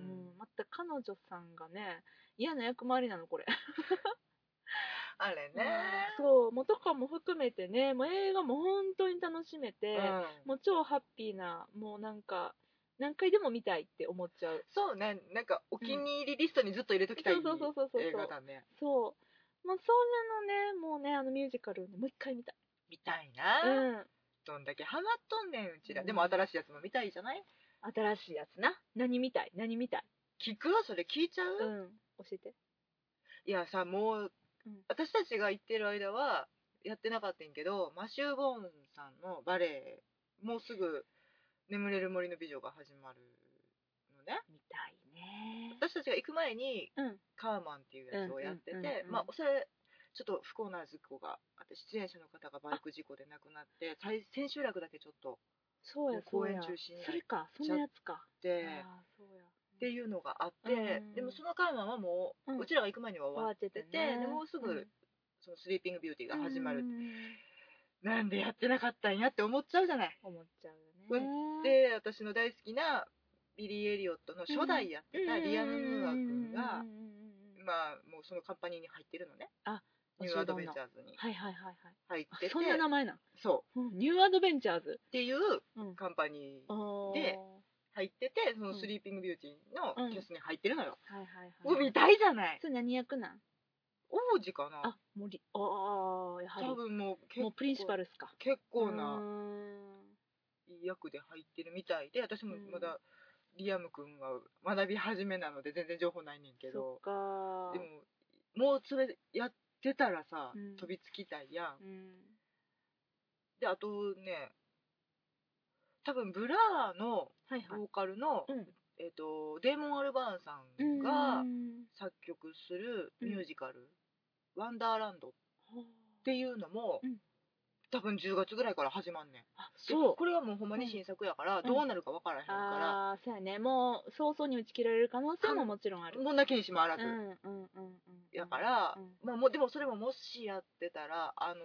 う
うんん
また彼女さんがね嫌な役回りなのこれ
あれね
そうもうとかも含めてねもう映画も本当に楽しめて、
うん
もう超ハッピーなもうなんか何回でも見たいって思っちゃう
そうねなんかお気に入りリストにずっと入れときたい
そうそうそうそうそう
映画だね
そうまあそんなのねもうねあのミュージカルねもう一回見たい
見たいな
うん
どんだけハマっとんねんうちら
うん
でも新しいやつも見たいじゃない
新しいやつな何見たい何見たい
聞くわそれ聞いちゃ
う
うん
教えて
いやさもう
うん
私たちが行ってる間はやってなかったんやけどマシュー・ボーンさんのバレエもうすぐ「眠れる森の美女」が始まるのね
見たいね
私たちが行く前に、
うん
カーマンっていうやつをやってて、
うんうんうんうん
まあそれちょっと不幸な事故があって出演者の方がバイク事故で亡くなって最千秋楽だけちょっと
そうやそうや
公演中止になっ
それかそのやつか
で
ああそうや
っていうのがあって、
うん
でもそのカーマンはもう、
う
うんちらが行く前には終わってて
終わっててね
でもうすぐ、
うん
そのスリーピングビューティーが始まる、
うんうんうん
なんでやってなかったんやって思っちゃうじゃない
思っちゃう
う
よね
んで私の大好きなビリー・エリオットの初代やってたリアム・ムーア君が
うんうんうんうんうん
まあもうそのカンパニーに入ってるのね
あ
ニューアドベンチャーズに
はいはいはいはい
入っ
あ
てて
そんな名前なん
そう
うんニューアドベンチャーズ
っていう
うん
カンパニーで入っててそのスリーピングビューティー
うん
のキャストに入ってるのよ、
はいはい
もう
はい
見たいじゃない
それ何役なん
王子かな
あ森ああやは
多
り
分もう結構
もうプリンシパルっすか
結構
うー
なん役で入ってるみたいで私も
うん
まだリアム君は学び始めなので全然情報ないねんけ
そ
ど
っか
でももうそれやってたらさ、
うん
飛びつきたいやん
うん
であとね多分ブラーの
はいはい
ボーカルの、
うん
えっとデーモン・アルバーンさん
う
が
ん
作曲するミュージカル「ワンダーランド」っていうのも、
うん
多分10月ぐらいから始まんねん
あ
で
そう
これはもうほんまに新作やから、
ん
どうなるかわからへんから、
ああーそうやねもう早々に打ち切られる可能性ももちろんある
もんなけにしもあら
う
ず、
んうんうんうん
やから、
うん
まあ、もうでもそれももしやってたらあのー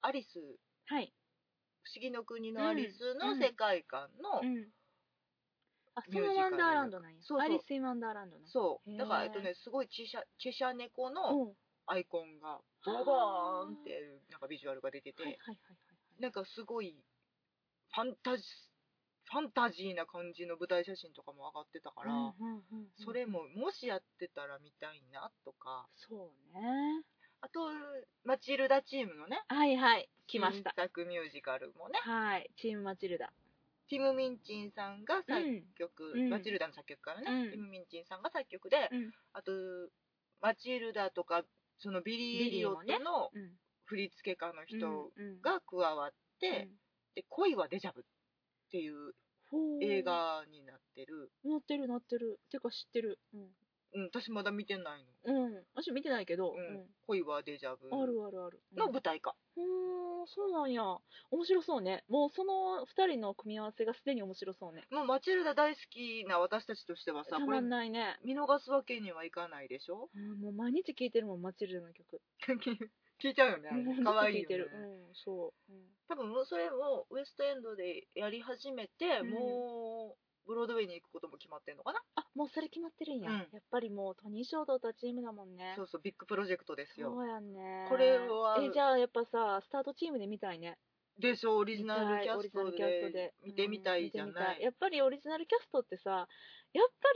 アリス
はい
不思議の国のアリスの世界観の、
うんあ
ミュージ
そ
カ
のワンダ
ル
ーランドなんや
そうそう
アリス・インワンダーランドなん
そうだか
へー
ら、えっとね、すごいチェシャチェシャ猫
う
の
ん
アイコンがドバーンっていうなんかビジュアルが出てて、
はいはいはいはい
なんかすごいファンタジファンタジーな感じの舞台写真とかも上がってたから、
うんうんうんうん
それももしやってたら見たいなとか
そうね
あとマチルダチームのね
はいはい来ました
新作ミュージカルもね
はいチームマチルダ
ティム・ミンチンさんが
う
作
ん
曲、
うん
マチルダの作曲からね、
うん
ティム・ミンチンさんが作曲で、
うん
あとマチルダとかそのビリー・エリオットの
うん
振り付け家の人
うん
が加わって、
うん
で恋はデジャブっていう
ほう
映画になってる、
なってるなってるてか知ってるうん
うん、私まだ見てない
うん私見てないけど
の、うん恋はデジャブ
うんあるあるあるうん
の舞台化、
うーんそうなんや面白そうねもうその2人の組み合わせがすでに面白そうね
もうマチルダ大好きな私たちとしてはさ
た
こ
ま
れ
んないね
見逃すわけにはいかないでしょ
うんもう毎日聴いてるもんマチルダの曲
聞いちゃうよねあ
もうず
れ
っと聴
可愛い
い
よ
て
ね
るうんそううん
多分もうそれもウエストエンドでやり始めて、
うん
もうブロードウェイに行くことも決まってんのかな、
あもうそれ決まってるんや、
うん
やっぱりもうトニー・ショートとチームだもんね
そうそうビッグプロジェクトです
そ
よ
うやね
これは
えじゃあやっぱさスタートチームで見たいね
でしょオリジナルキャス
見
ト
たいオリジナルキャスト
で見てみたいじゃ
うん見てみ
な
た
い、
やっぱりオリジナルキャストってさやっぱ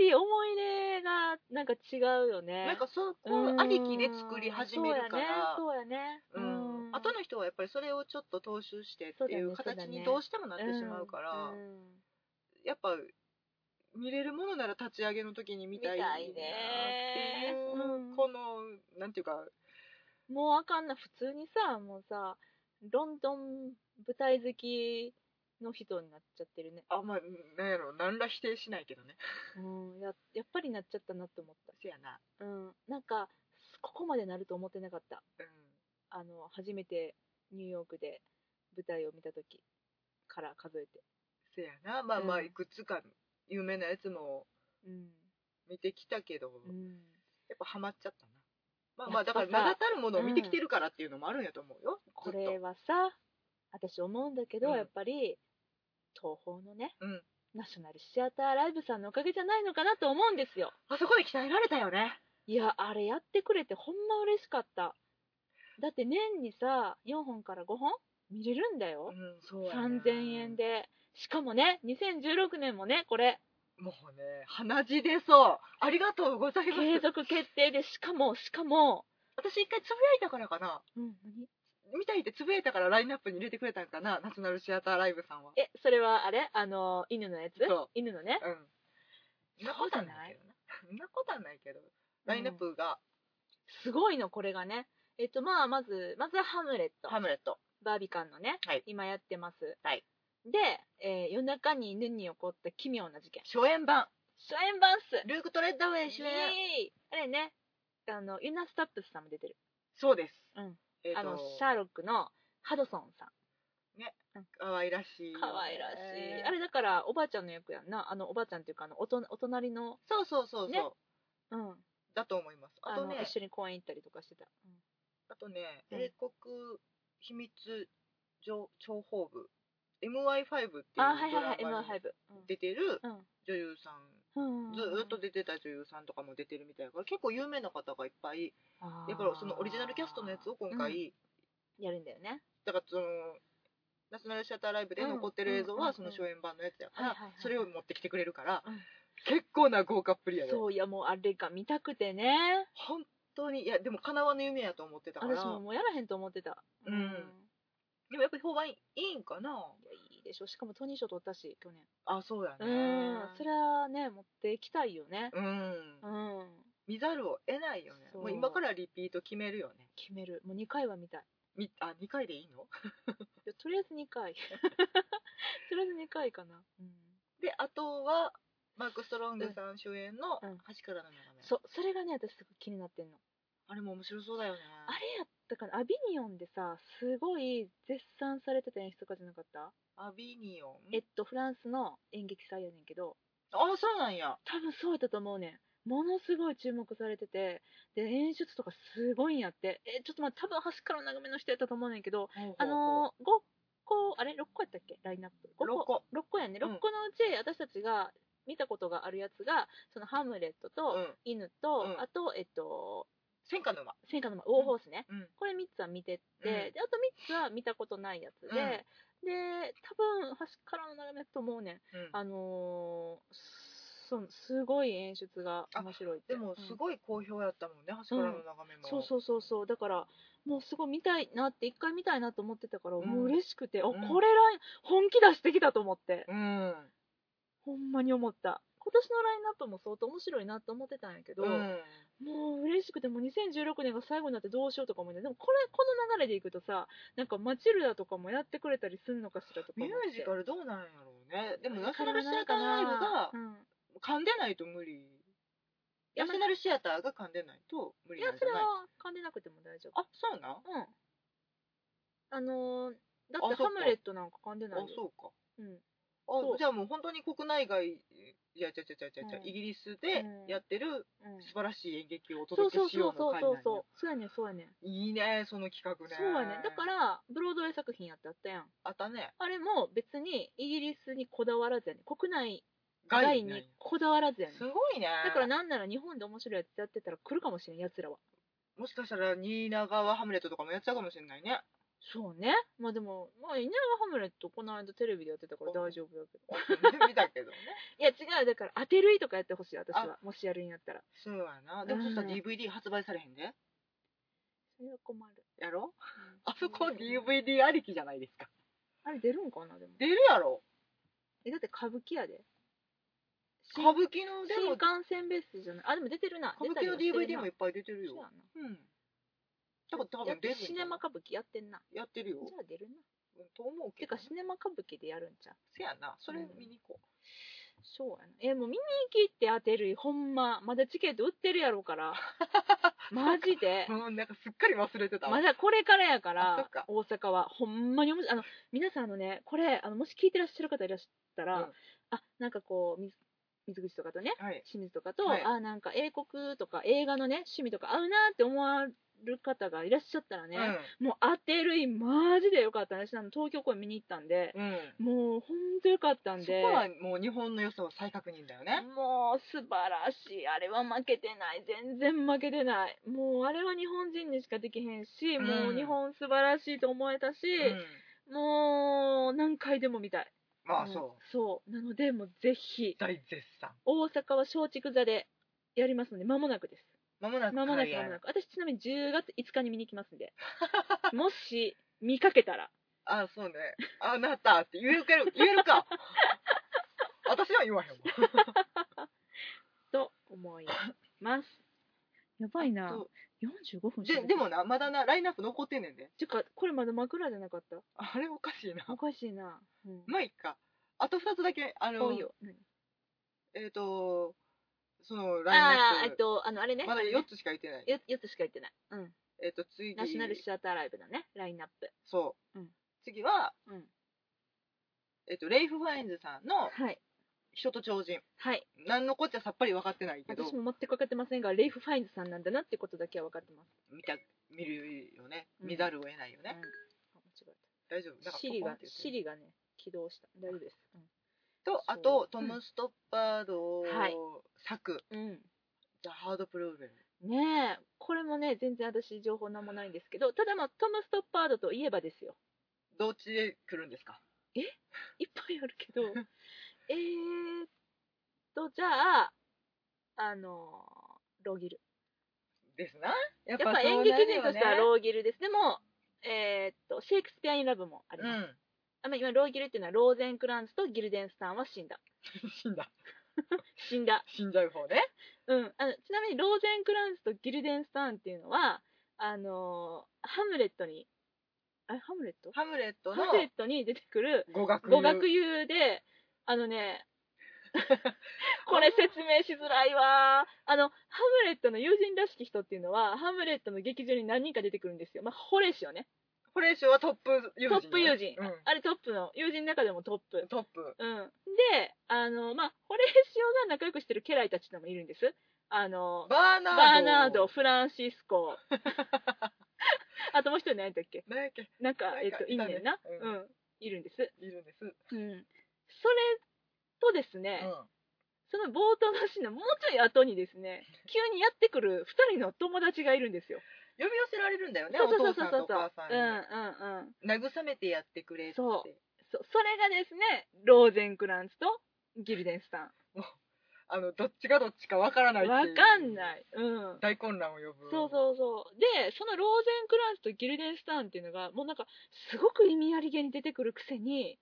り思い出がなんか違うよね
なんかそこ
うん
ありきで作り始めるから
そうやね
う
そうやね
ん後の人はやっぱりそれをちょっと踏襲してっていう
そうだね
形にどうしてもなってしまうか
ん
ら、
ん
やっぱ見れるものなら立ち上げの時に見たい
見
なったて
いね
いう、
うん
このなんていうか
もうあかんな普通にさもうさロンドン舞台好きの人になっちゃってるね、
あんまなんやろ何ら否定しないけどね
うん、ややっぱりなっちゃったなって思っ
せやな
た、うん、なんかここまでなると思ってなかった
うん
あの初めてニューヨークで舞台を見た時から数えて、
せやなまあまあ
うん
いくつか有名なやつも
うん
見てきたけど、
うん、
やっぱハマっちゃったなまあまあ
や
だ
っぱ
か
さ
ら名だたるものを見てきてるからっていうのもあるんやと思うよ、
こ
ずっ
れ
と
はさ私思うんだけど、
うん
やっぱり東宝のね、
うん
ナショナルシアターライブさんのおかげじゃないのかなと思うんですよ
あそこで鍛えられたよね
いやあれやってくれてほんま嬉しかっただって年にさ4本から5本見れるんだよ
う、んそうやね
3000円でしかもね2016年もねこ れ
もうね鼻血出そうありがとうございます
継続決定でしかもしかも、
私一回つぶやいたからかな
うん、
見たいってつぶやいたからラインナップに入れてくれたんかなナショナルシアターライブさんは
えそれはあれあの犬のやつ
そう
犬のね
うんそんなことはない けどなそんなことはないけどラインナップが
すごいのこれがねえっとまあまずまずはハムレッ
「
ト
ムレット
バービカンのね、
はい
今やってます、
はい
で、えー夜中に犬に起こった奇妙な事件」
初演版
初演版っす
ルーク・トレッダウェイ主演
イエーイあれねあのユナ・スタップスさんも出てる、
そうです、
うん
えーと
あのシャーロックのハドソンさ
可愛らしい
ん可愛らしい、あれだからおばあちゃんの役やんなあのおばあちゃんっていうかあのおとお隣の,、
そうそうそうそう、
ねうん、
だと思いますあ
あ
と
の
ね
一緒に公園行ったりとかしてた、うん
あとね、
うん
英国秘密情情報部 MI5 っていうド
あはいはいはい
ラマ
MI5
に、出てる
うん
女優さん、
うん
ずーっと出てた女優さんとかも出てるみたいだから結構有名な方がいっぱいだからそのオリジナルキャストのやつを今回、
うんやるんだよね
だからそのナショナルシアターライブで残ってる映像
うんうんうんうん
はその初演版のやつやから、
はいはいはい
それを持ってきてくれるから、
うん
結構な豪華っぷりやよ
そういやもうあれが見たくてね
本当にいやでもかなわぬ夢やと思ってたから
私ももうやらへんと思ってた
うんでもやっぱ評判いいんかない
やいいでしょしかもトニー賞取ったし去年
あそうやね
うんそれはね持っていきたいよね
うん
うん、
見ざるを得ないよね
そう
もう今からリピート決めるよね
決めるもう2回は見たい
みあ2回でいいの
いやとりあえず2回 とりあえず2回かな、うん、
であとはマーク・ストロングさん主演の
うん
「橋からの眺め」
そうそれがね私すごい気になってんの
あれも面白そうだよね
あれやったかなアビニオンでさすごい絶賛されてた演出家じゃなかった
アビニオン
えっとフランスの演劇祭やねんけど
あそうなんや
多分そうやったと思うねんものすごい注目されててで演出とかすごいんやってえちょっとまあ多分端からの眺めの人やったと思うねんけどあのー、5個あれ6個やったっけラインナップ5
6個
6個やね6
うん
個のうち私たちが見たことがあるやつがそのハムレット
う
と
ん
犬と、
うん
あとえっと
戦火の馬
戦火の馬ウォーホースね、
うん
これ3つは見てって、
うん
であと3つは見たことないやつで、
うん
で多分端からの眺めだと思うねん
うん
あのー、そすごい演出が面白いって
でもす
い、
ごい好評やったもんね橋からの眺め
うん
も
そうそうそうそうだからもうすごい見たいなって一回見たいなと思ってたから、
うん
もう嬉しくて、あ
うん
これら本気出してきたと思って、
うん
ほんまに思った今年のラインナップも相当面白いなと思ってたんやけど、
うん
もう嬉しくてもう2016年が最後になってどうしようとか思いながらでもこれこの流れでいくとさなんかマチルダとかもやってくれたりすんのかしらとか思
ミ
って
ュージカルどうなんやろうねでもナショ
それ
ナル
はな
シア
い
タ
か
ーライブ
な
が
うん
噛んでないと無理
や
ナショナルシアターが噛んでないと無
い
理
や
なんじ
そ
ゃ
れ
ない
は噛んでなくても大丈夫
あそうなん
うんあのーだっ
あそ
て
っか
ハムレットなんか噛んでない
あ
よ
そうか
うんそう
あじゃあもう本当に国内外いやちゃちゃちゃちゃちゃ、
うん
イギリスでやってる
うん
素晴らしい演劇をお
そう
届
そ
け
う
し
そ
よ
う
うの
そう
会
そ
な
うん
や
そうそうやねんそうやねん
いいねその企画ね
そうやねんだからブロードウェイ作品やってあったやん
あったね
あれも別にイギリスにこだわらずやねん国内
外
外
に
にこだわらずやねん
すごいね
だからなんなら日本で面白いやつやってたら来るかもしれんやつらは
もしかしたら新川ハムレットとかもやっちゃうかもしれない ね
そうねまあでもまあ稲川ハムレットこの間テレビでやってたから大丈夫やけど
見たけどね
いや違うだから当てるいとかやってほしい私はもしやるんやったら
そうやなでもそしたら
うん
DVD 発売されへんで
それは困る
やろ
うん
あそこ DVD ありきじゃないですか
あれ出るんかなでも
出るやろ
えだって歌舞伎やで新
歌舞伎ので
新
も歌
幹線ベースじゃないあでも出てるな
舞伎
出
の
たり
DVD
は
もいっぱい出てる
してるな
ようんだから多
そうやなやっ
分
て
出る
シネマ歌舞伎やってんな
やってるよ
じゃあ出るな
うんと思うけ
て
ど
かシネマ歌舞伎でやるんちゃう
せやなそれ見に行こ
そうやなえもう見に行きって当てるほんままだチケット売ってるやろから マジで
ううんなんかすっかり忘れてたわ
まだこれからやか
あそ
ら
っか
大阪はほんまに面白いあの皆さんあのねこれあのもし聞いてらっしゃる方いらっしゃったら、
うん
あなんかこう水水口とかとね
はい
清水とかと、
はい
あなんか英国とか映画のね趣味とか合うなって思わる方がいらっしゃったらね、もう当てるいマジでよかった私あの東京公演見に行ったんで、
うんうん
もうほんとよかったん
そ
で
こはもう日本の良さを再確認だよね
もう素晴らしいあれは負けてない全然負けてないもうあれは日本人にしかできへんし、
うん
もう日本素晴らしいと思えたし、
うん
もう何回でも見たい
まあ
うん
そう
そうなのでもうぜひ
大絶賛
大阪は松竹座でやりますので間もなくです
まもなく
間もなく
開演
間もなく私ちなみに10月5日に見に行きますんでもし見かけたら
あそうねあなたって言えるか言え るか私は言わへんわ
と思い ます
やばいな
あと。
45分
ででもなまだなラインナップ残ってんねんで
てかこれまだ枕じゃなかった
あれおかしいな
おかしいな、うん、
まあいっかあと2つだけあの
多いよ、うん
えっ、とそのライ
ああー、
ン
え
ナッ
っと、あの、あれね。
プまだ
あれね
4つしか言ってない
よ4つしか言ってない。うん。
えっ、と次
ナショナルシアターライブのね、ラインナップ。
そう、
うん
次は、
うん
えっ、とレイフ・ファインズさんの
はい。
「人と超人
はい。」
なんのこっちゃさっぱり分かってないけど
私も全く分かってませんが、レイフ・ファインズさんなんだなってことだけは分かってます。
見た見るよね
うん
見ざるを得ないよ
うん。あ
ね、
間違
大丈夫
え
な
た。
んか
シリ
ポコ
が
ンっ、て言ってる
シリがね、起動した。大丈夫です。
とあ
そ
と
う
トム・ストッパード
はい
作、
うん。
ザ・ハード・プログラム
うん。ねえ、これもね、全然私、情報なんもないんですけど、ただまあ、トム・ストッパードといえばですよ。
どっちで来るんですか
いっぱいある けど、えーっと、じゃあ、あのロギル。
ですなや
や
っ
っぱ演劇人としてはローギルです。でも、えーっと、シェイクスピア・イン・ラブもあり
う
ます。
ん
あまあ今、ローギルっていうのは、ローゼンクランツとギルデンスタンは死んだ。
死んだ
死んだ。
死んじゃう方ね
うん。あのちなみに、ローゼンクランツとギルデンスタンっていうのは、あのーハムレットに、あれ、ハムレット
ハムレットの
ハムレットに出てくる
語学
語学友で、あの ね、これ説明しづらいわあのハムレットの友人らしき人っていうのはハムレットの劇場に何人か出てくるんですよ、まあ、ホレーシオね
ホレーショはトップ友人
トップ友人、
うん
あれトップの友人の中でもトップ、
トップ
うん、であの、まあ、ホレーシオが仲良くしてる家来たちのもいるんですあの
バーナード
バーナードフランシス コあともう一人何やったっけ
何やっけ
なんか
なんか
えっとい
い
ん
たね
ねんな、
う
うん
ん
いるんです、
いるんです、う
うん、それとですね、
ん、
その冒頭のシーンのもうちょい後にですね急にやってくる2人の友達がいるんですよ。
呼び寄せられるんだよね
そう
お
そう
父
そう
さん
そ
と
う
お
そう
母さん
う
に、
んうんうん
慰めてやってくれって
そそそれがですねローゼンクランツとギルデンスタン
あのどっちがどっちかわからないっていう
わかんない、うん、
大混乱を呼ぶ
そうそうそうでそのローゼンクランツとギルデンスタンっていうのがもうなんかすごく意味ありげに出てくるくせに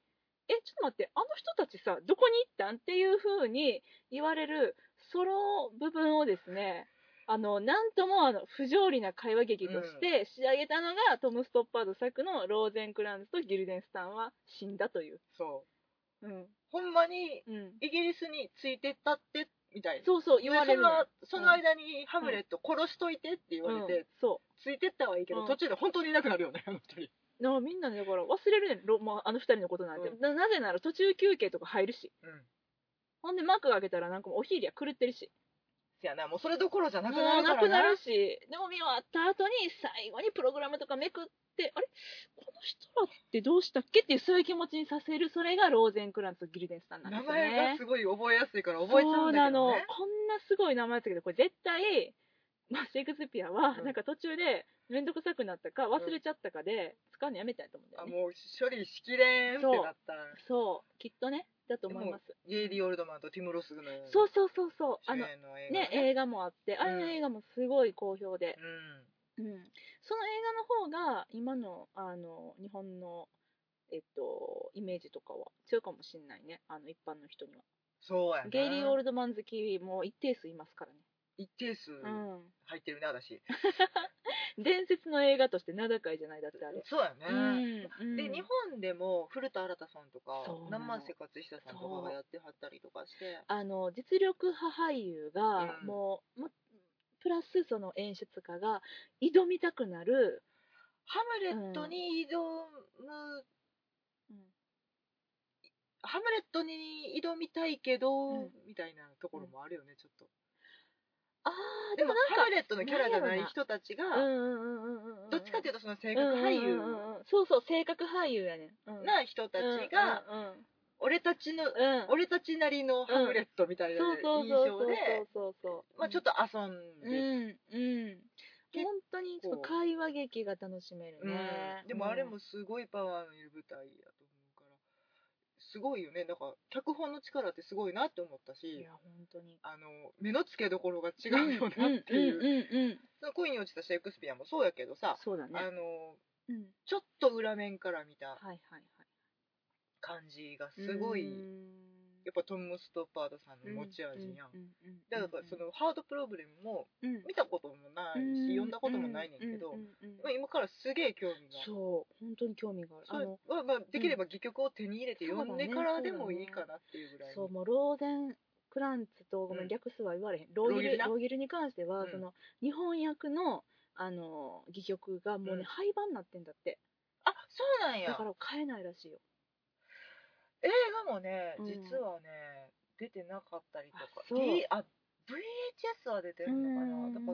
えちょっと待ってあの人たちさどこに行ったんっていう風に言われるその部分をですねあのなんともあの不条理な会話劇として仕上げたのが、トム・ストッパード作のローゼンクランツとギルデンスタンは死んだという、
そう
うん
ほんまに
うん、
イギリスについてったってみたいな
そうそう
で
言われるのよ
そのその間にハムレット殺しといてって言われて、
うん、そう
ついてったはいいけど、
うん
途中で本当にいなくなるよねあの人
なみんなねだから忘れるねんロ、まあ、あの二人のことなんて、
うん
ななぜなら途中休憩とか入るし
うん
ほんで幕開けたらなんかもうおひりは狂ってるし
せやなもうそれどころじゃな
も
く
う
なるから
なくなるしでも見終わった後に最後にプログラムとかめくってあれこの人らってどうしたっけっていうそういう気持ちにさせるそれがローゼンクランツとギルデンスタンなんで
名
すよ
前が
ね
すごい覚えやすいから覚えちゃうんだけど、ね、
そうなのこんなすごい名前だけどこれ絶対、まあ、シェイクスピアは
うん
なんか途中で面倒くさくなったか忘れちゃったかで使うのやめたいと思うんだよ
あ
ね、
もう処理しきれんってなった
そうきっとねだと思います
イェイリー・オールドマンとティム・ロスグの
そうそうそうそう
主
あ
演
の
の映画ね
ね映画もあってあれの
うん
映画もすごい好評で、
うん
うんその映画の方が今のあの日本のえっとイメージとかは強いかもしれないねあの一般の人には
そうやな
ゲイリー・オールドマン好きも一定数いますからね。
一定数入ってるね、私
うん。伝説の映画として名高いじゃないだってあれ。
そうやね、
うんうん
で日本でも古田新太さんとか
そうなの
生瀬勝久さんとかがやってはったりとかして
あの実力派俳優が
うん
もう、まプラスその演出家が挑みたくなる、
ハムレットに挑む、ハムレットに挑みたいけど、
うん
みたいなところもあるよねちょっと、
ああで
でも
もなんか
ハムレットのキャラじゃない人たち
うん
が、
うんうんうんうん
どっちかっていうとその性
性
格俳優
そうそう性格俳優やねん、うん、
な人たちが、
うんうん
俺たちの
うん、うん
俺たちなりのハムレットみたいな
そうそう
印
そう
象で、
そうそうそう
まあ、ちょっと遊ん
う
で
んうん
結構
本当にちょっと会話劇が楽しめる
うん
ね、
でもあれもすごいパワーのいる舞台やと思うからすごいよねなんか脚本の力ってすごいなって思った
い
し
や本当に
あの目の付けどころが違うよなっていう,、
うんうんうんうん、
その恋に落ちたシェイクスピアもそうやけどさ、
そうだ
あ
ね、
の
うん、
ちょっと裏面から見た
はいはいはい
感じがすごい、やっぱトム・ストッパードさんの持ち味やん、だからそのハードプロブレムも見たこともないし、読んだこともないねんけど、まあ今からすげえ興味が
そう本当に興味がある
そ
あ
れ
の
はまあできれば戯曲を手に入れて読んでからでもいいかなっていうぐらい
そうもうローデンクランツとごめ
うん
ん略すは言われへんローギ
ローギル
ル
な
ローギルに関しては
うん
その日本訳のあの戯曲がもう
うん
ね廃盤になってんだって
あそうなん
だ
や
から買えないらしいよ
映画もね
うん
実はね、出てなかったりとか
あそう
D- あ VHS は出てるのかな
ら
だから、ま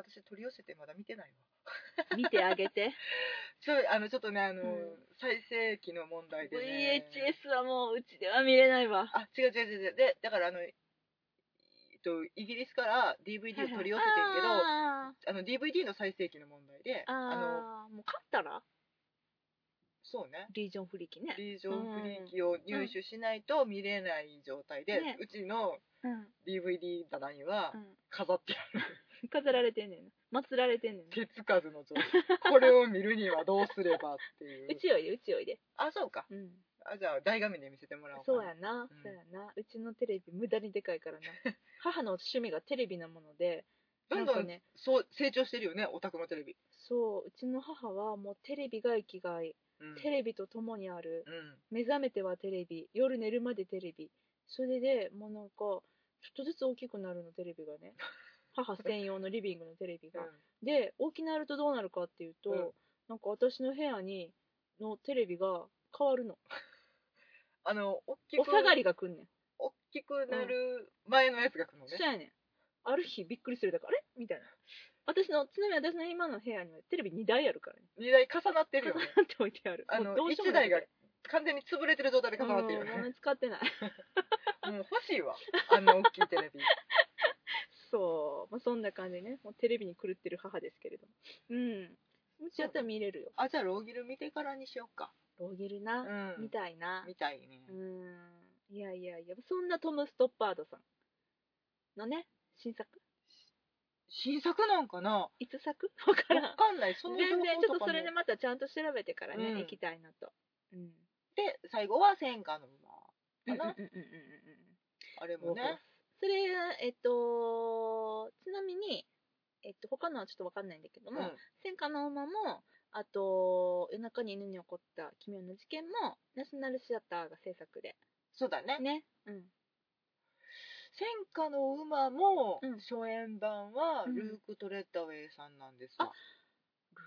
あ、私取り寄せてまだ見てないわ
見てあげて
ちょあのちょっとねあの、
うん
再生機の問題でね
VHS はもううちでは見れないわ
あ違う違う違う違うでだからあのえっとイギリスから DVD を取り寄せてんけど、
あ
あの DVD の再生機の問題で
ー
の
あーもう買ったら
そうね
リージョンフリキね
リージョンフリーキを入手しないと見れない状態で、う
ね
ちの
うん、
DVD 棚には
う
飾ってある
ん、飾られてんねんな祀られてんねんな
手つかずの状態 これを見るにはどうすればっていう
うちおいでうちおいで
あそうか
うん
あじゃあ大画面で見せてもらおうかな
そうやな、
うん
そうやなうちのテレビ無駄にでかいからな 母の趣味がテレビなもので
どんど
なん
ん
かね
そう成長してるよねオタクのテレビ、
そううちの母はもうテレビが生きがい、
うん、
テレビと共にある
うん
目覚めてはテレビ夜寝るまでテレビそれでもうなんかちょっとずつ大きくなるのテレビが ね母専用のリビングのテレビが、で大きなるとどうなるかっていうと、
うん
なんか私の部屋にのテレビが変わるの
あの大き
お
く
下がりが来んねん、
大きくなる前のやつが来るのね
そう、やねんある日びっくりするだからあれみたいな私のちなみに私の今の部屋にはテレビ2台あるからね
二台重なってる
重
よ
な
ね
って置いてある
あの
もうどうしようもなくて
一台が完全に潰れてる状態で重なってるよ
うん
ね
もう使ってない
もう欲しいわあんな大きいテレビ
そう、まあ、そんな感じでねもうテレビに狂ってる母ですけれどもうんうちやったら見れるよ
あじゃあローギル見てからにしようか
ローゲルな、
うん
みたいな
みたいね、
うんいやいやいやそんなトム・ストッパードさんのね新作
新作なんかなわ
いつ作わからん
かんないその情報
全然ちょっ
と
と
か
そ
も
れでまたちゃんと調べてからね、
うん
行きたいなとうん
で最後は戦火の
うん
馬
うんうんうん
かな、
うんうん
あれもね
それ、えっと、ちなみに、えっと、他のはちょっとわかんないんだけど
うん
も、戦火の馬も、あと、夜中に犬に起こった奇妙な事件も、ナショナルシアターが制作で。
そうだね
ね。うん。
戦火の馬も
うん
初演版は
うん
ルーク・トレッダウェイさんなんですわ、
あ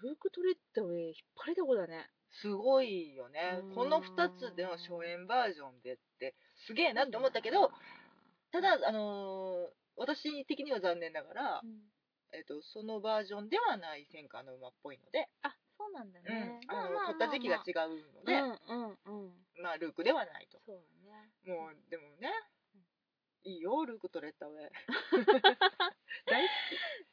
ルーク・トレッドウェイ、引っ張りだこだね。
すごいよね
うん
この2つでの初演バージョンでってすげえなって思ったけどただあのー私的には残念ながら
う、ん、
えっと、そのバージョンではない戦火の馬っぽいので、
あ、そうなんだね。
うん、あの
まま
撮った時期が違うので、
うんうんうん。
まあルークではないと
そうだね。
もうでもねいいよルークとレッタウェイ大好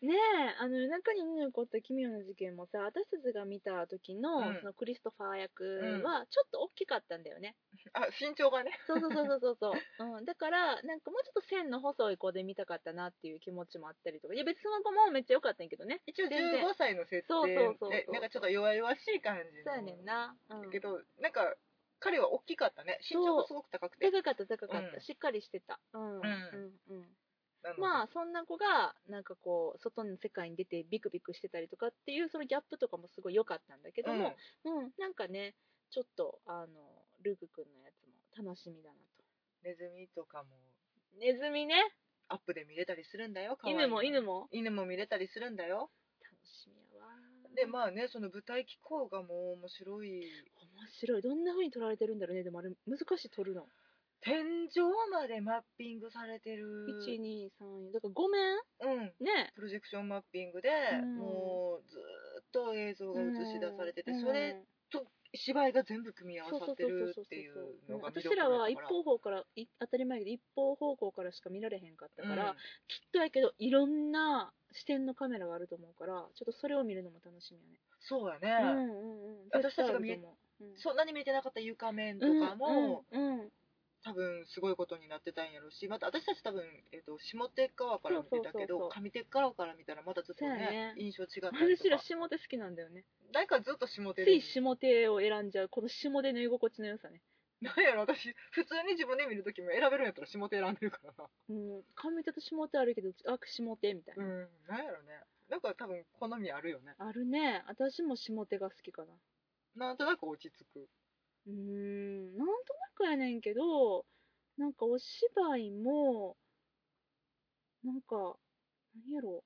ねえあの夜中に犬に起こった奇妙な事件もさ私たちが見た時の,、
うん
そのクリストファー役はちょっと大きかったんだよね、
きあ身長がね
そうそうそうそうそう そう、うん、だからなんかもうちょっと線の細い子で見たかったなっていう気持ちもあったりとかいや別にその子もめっちゃ良かったんやけどね
一応15
全然
歳の設定
そうそうそうそう
でなんかちょっと弱々しい感じの
そうやねんな、うん、
だけどなんか彼は大きかったね身長がすごく高くて
高かった高かった、
うん
しっかりしてたうんうん
ん
うん
なので
まあそんな子がなんかこう外の世界に出てビクビクしてたりとかっていうそのギャップとかもすごい良かったんだけども、うんなんかねちょっとあのルーク君のやつも楽しみだなと
ネズミとかも
ネズミね
アップで見れたりするんだよ可愛いの
犬も犬も
犬も見れたりするんだよ
楽しみやわ
でまあねその舞台機構がもう面白い
面白いどんな風に撮られてるんだろうねでもあれ難しい撮るの、
天井までマッピングされてる
1234だから5面
うん
ね
プロジェクションマッピングで、
うん
もうずーっと映像が映し出されてて、
うん
それ芝居が全部組み合わさってるっていうのが魅
私
力だ
ら
から
は一方方からい当たり前やけど一方方向からしか見られへんかったから、
うん
きっとやけどいろんな視点のカメラがあると思うからちょっとそれを見るのも楽しみ
そうや
やね、
ね、
うんうんうん
私たちが見
絶対あると
え
思ううん
そんなに見えてなかった床面とかも、
うんうんうん
多分すごいことになってたんやろうしまた私たち多分、えっと下手側から見てた
そうそ
け
うそうそ
ど
う
上手側から見たらまたちょっと
そうや
ね
ね
印象違ったりと
私ら
か
下手好きなんだよね
誰かずっと下手
つい下手を選んじゃうこの下手の居心地の良さね、
なんやろ私普通に自分で見るときも選べるんやったら下手選んでるからな
うん、上手と下手あるけどあ下手みたいな、
うんなんやろねなんか多分好みあるよね
あるね私も下手が好きかな
なんとなく落ち着く
うーんなんとなくやねんけどなんかお芝居もなんか何やろ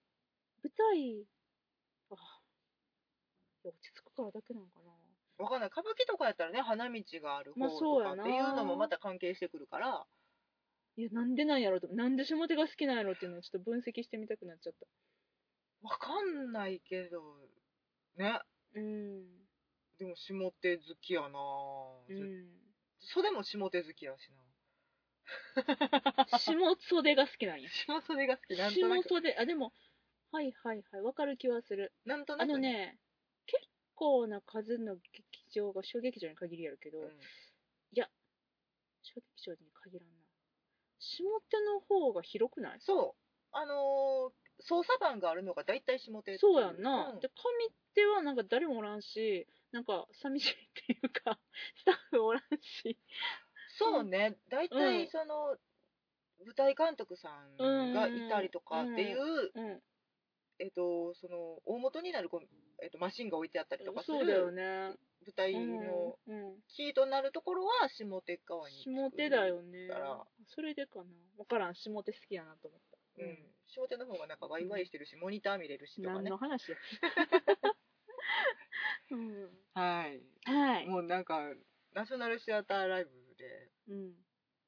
舞台あいや落ち着くからだけなのかな
わかんない歌舞伎とかやったらね花道がある
ま
方
あそう
とか
や
って
な
いうのもまた関係してくるから、
いやなんでなんやろとなんで下手が好きなんやろっていうのをちょっと分析してみたくなっちゃった
わかんないけどね
うん
でも下手好きやな、
う
ず
ん
袖も下手好きやしな
下袖が好きなんや
下袖が好 きなんとな
下
く
袖あでもはいはいはいわかる気はする
なんとな
あ
く
のね結構な数の劇場が小劇場に限りやるけど、
うん
小劇場に限らんな下手の方が広くない
そうあのー操作盤があるのが大体下手ってい
そうやんな、
うん
で上手はなんか誰もおらんしなんか寂しいっていうか スタッフおらんし
そうね大
う
体
ん
その、舞台監督さんがいたりとかっていう、
うん
えっとその大元になるこう、えっとマシンが置いてあったりとかす
そうだよ
る
ね、
舞台
う
の、
んうん、
キーとなるところは下手側に
下手だ、よね
から
それでかな分からん下手好きやなと思った
うん、下手の方がなんかワイワイしてるし、モニター見れるしとか
何
ね
の話 やうん
はい
はい、
もうなんかナショナルシアターライブで
うん、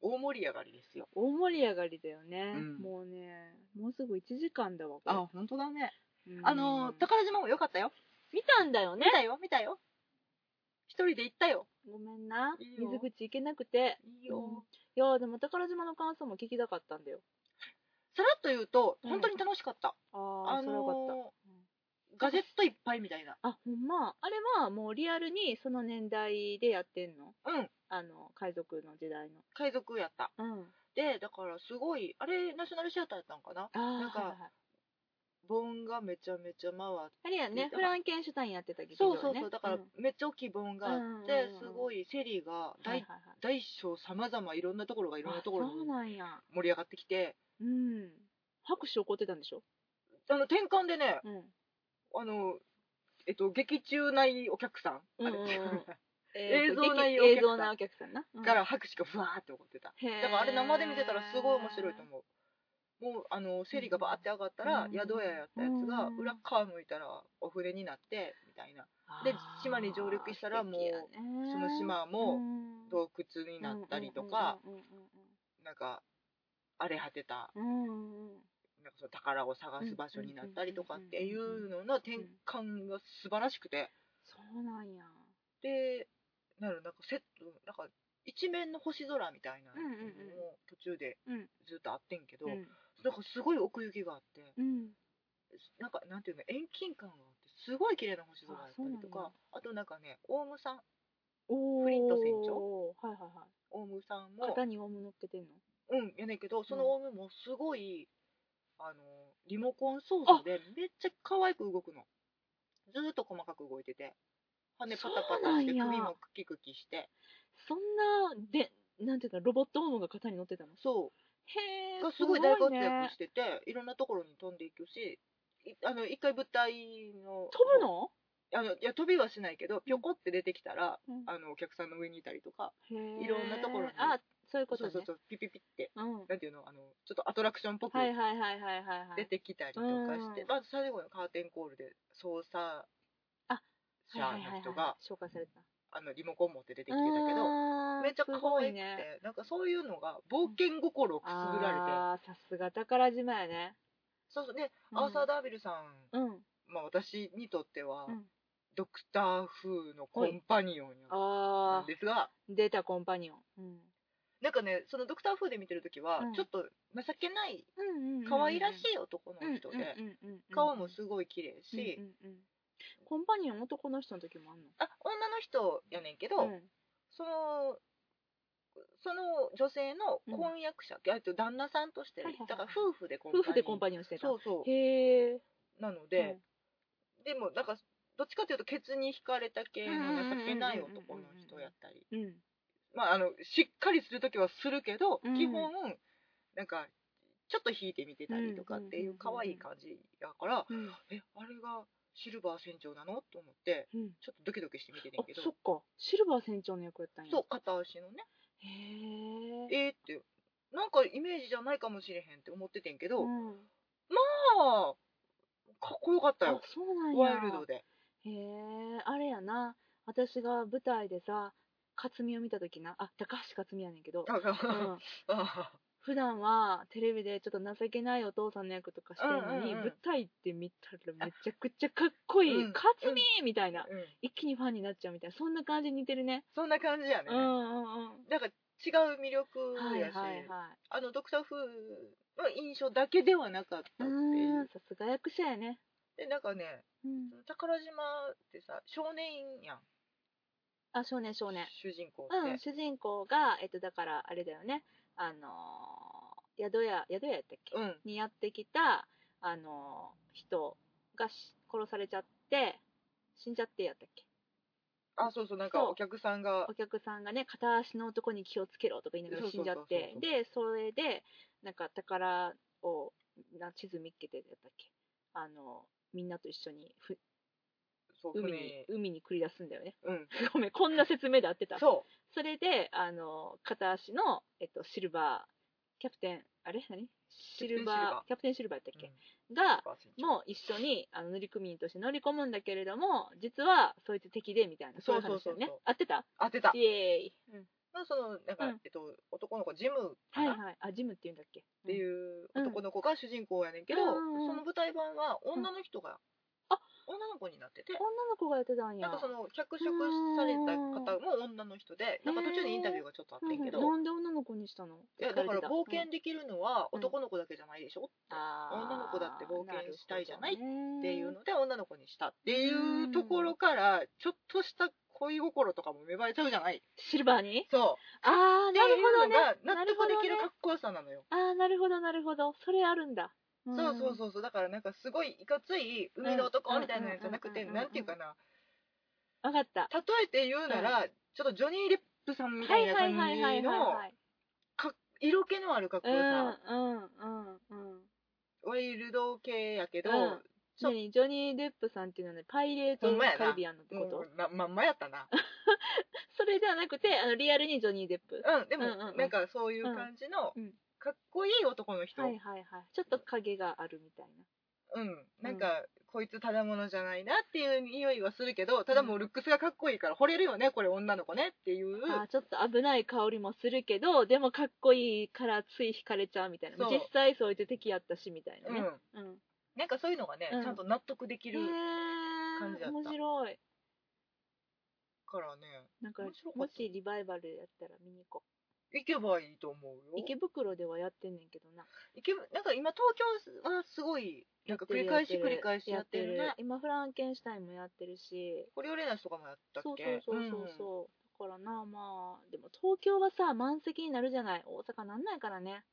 大盛り上がりですよ
大盛り上がりだよね、
うん
もうねもうすぐ1時間だわこれ
あ本当だね
うん
あの宝島も良かったよ
見たんだよね
見たよ見たよ一人で行ったよ
ごめんない
いよ
水口行けなくて
いい
うんいやでも宝島の感想も聞きたかったんだよ
さらっと言うと
うん
本当に楽しかった、
ああ、
あ
それよかった
のーガジェットいっぱいみたいな
あほんまあれはもうリアルにその年代でやってんの
うん
あの海賊の時代の
海賊やった
うん
でだからすごいあれナショナルシアターやったんかな
あー
なんか
はいはいはい
盆がめちゃめちゃ回って
あれや
聞い
ね
た
フランケンシュタインやってた劇場、
そ
ね、
うそうそう、だから
んはい
めっちゃ大きい盆があっ
うんうん
て
うんうん、
すごいセリーが
はい
大
はい
大小さまざまいろんなところがいろんなところ
あそう
に
なんや
盛り上がってきて、
うん拍手起こってたんでしょ
あの転換でね、
うん
あの、えっと、劇中内お客さん、あれ
うんうん うん
映像な
ないい
お客さん
映像なお客さんな、うん
から拍手がふわーって起こってた。
へー
だからあれ生で見てたらすごい面白いと思う。もうあのセリがバーって上がったら、
うん
宿屋やったやつが
うん
裏側向いたらお船になってみたいな、で島に上陸したらもうその島も
う
洞窟になったりとか、なんか荒れ果てた
うんうんうんうんうん
なんかその宝を探す場所になったりとかっていうのの転換が素晴らしくて
そうなんや
でなるなんかセットなんか一面の星空みたいな
うんうんうん
のも途中で
うん
ずっとあってんけど、
うん
なんかすごい奥行きがあって
うん
なんかなんていうの遠近感があってすごい綺麗な星空だったりと
あそうな
か
ん
あとなんかねオウムさん
おー
フリント船
はいはいは
オウムさん
い
も
肩にオウム乗っけてんの
うんやねんけどそのオウムもすごい、あのリモコン操作でめっちゃ可愛く動くのずーっと細かく動いてて羽パタパタし
そうな
て
んや
首もクキクキして
そんなでなんていうかロボットオウムが肩に乗ってたの
そ
へ
う
え
がすごい大活
ね
躍しててい,、ろんなところに飛んでいくしいあの一回舞台の
飛ぶの、
あのいや飛びはしないけどぴょこって出てきたら
うん
あのお客さんの上にいたりとか
へー
いろんなところに
あそういうことね
そうそうそうピピピって
うん、
なんていうのあのちょっとアトラクションっぽく
はいはいはいはいはいは
出
い
てきたりとかして、
うん
まず最後のカーテンコールで操作
あ
者の人が
紹介されてた
あのリモコン持って出てきてたけど
あー
めっちゃ可
すごい
愛くて、
ね
なんかそういうのが冒険心をくすぐられて、
ああさすが宝島やね
そうそうで、
うん
アーサー・ダービルさん、
うん
まあ、私にとっては、
うん
ドクター風のコンパニオンやな
ああ
んですが
出たコンパニオン、うん
なんかねそのドクター風で見てる時は、
うん
ちょっと情けない
うんうん
可愛らし
い
い男の人で、顔もすごい綺麗し、
うんうんうんコンパニオン男の人の時もあんの
あ女の人やねんけど、
ん
そのその女性の婚約者、えっと旦那さんとして
はいはいはい
だから夫婦でコン
夫
パニオン
婦でコンパニオンしてた
そうそ
へえ
うなので、でもなんかどっちかというとケツに惹かれた系の情けない男の人やったり
うんうん
まああのしっかりする時はするけど、
うん
基本なんかちょっと引いてみてたりとかって
う
い
んうんうんう
うん可愛い感じやから、
うん
えあれがシルバー船長なのと思って
うん
ちょっとドキドキして見てて
あ
んけど
そっかシルバー船長の役やったんや
そう片足のね
へえ
えー、ってなんかイメージじゃないかもしれへんって思っててんけど、
うん
まあかっこよかった
あ
よ
そうなんや
ワイルドで
へえあれやな私が舞台でさ克実を見た時なあ高橋克実やねんけど、
あ
うん、
あ
普段はテレビでちょっと情けないお父さんの役とかしてるのに、
うんうんうん
舞台って見たらめちゃくちゃかっこいい、
うん
勝つみーみたいな、
うん
一気にファンになっちゃうみたいなそんな感じに似てるね
そんな感じやね、
うんうんうん
なんか違う魅力
はいは
や
い
し、
は
あのドクター風の印象だけではなかった
い
って
う
い
ーん
う
さすが役者やね
でなんかね
うん
宝島ってさ少年やん
あ少年少年
主人公って、
うん主人公がえっとだからあれだよねあのー宿屋宿屋やったっけ、
うん
にやってきたあのー人がし殺されちゃって死んじゃってやったっけ
あそうそうなんか
そう
お客さんが
お客さんがね片足の男に気をつけろとか言いながら死んじゃって
そうそう
でそれでなんか宝をな地図見っけてやったっけあのみんなと一緒にふ
そう
海
船
に
に
海に繰り出すんだよね
うん
ごめんこんな説明で合ってたそ
そう
れであの片足の、えっと、シルバーキャプテンあれ何シルバー
シルバー
キャプテンシルバーやったっ
う
け
ん、
が
100%
もう一緒にあの乗組員として乗り込むんだけれども実はそいつ敵でみたいなそういう話だよね
そうそうそうそう
合ってた
当てた
イエーイ、うん
まあ、そのなんか、
うん
えっと、男の子ジムか
はい
な、
は
っ
い、あジムって言うんだっけってう
いう
うん
男の子が主人公やねんけど、
うんうんうん
その舞台版は女の人が、
あ
女の子になってて
ん、女の子がやってたんや
なんかその脚色された方も女の人で、なんか途中でインタビューがちょっとあってんけど、
うんなんで女の子にしたの
いやだから冒険
で
できるのは
うん
男の子だけじゃないでしょ、女の子だって冒険したいじゃないっていうので女の子にしたっていうところからちょっとした恋心とかも芽生えちゃうじゃない
シルバーに
そう
ああなるほどね
っていうのが納得できるかっこよさなのよ
ああーなるほどなるほどそれあるんだ
そうそう
う
そうそうだからなんかすごいいかつい海の男みたいなやつじゃなくて
うん
なんていうかな
分かった
例えて言うならちょっとジョニー・デップさんみた
はいい
な
は
感
いはいはいはい
じの
はい
か色気のあるかっこ
うん
よ
う
さ
んうんうん
ワイルド系やけど
うん
ちょ
何ジョニー・デップさんっていうのはねパイレート・カリビアンのって
も
こと
うなまんまやったな
それじゃなくてあのリアルにジョニー・デップ
うんでも
うんうんうん
なんかそういう感じの
うん
かっこいい男の人
はいはいはいちょっと影があるみたいな
うんなんかこいつただものじゃないなっていう匂いはするけどただもうルックスがかっこいいから惚れるよねこれ女の子ねっていう
あーちょっと危ない香りもするけどでもかっこいいからつい惹かれちゃうみたいな
そう
実際そういって敵やったしみたいな
う
ね、
ん
うん
なんかそういうのがね
うん
ちゃんと納得でき
へ
る感じ
え
だった
面白い
からね
なんか
面白か
も
った
しリバイバルやったら見に行こ
行けばいいと思うよ
う池袋ではやってんねんけどな
行けばなんか今東京はすごいなんか繰り返し繰り返しやってるね
今フランケンシュタインもやってるし
これをレナスとかもやったっ
そう
け
そうそうそうそう、だからなまあでも東京はさ満席になるじゃない大阪なんないからね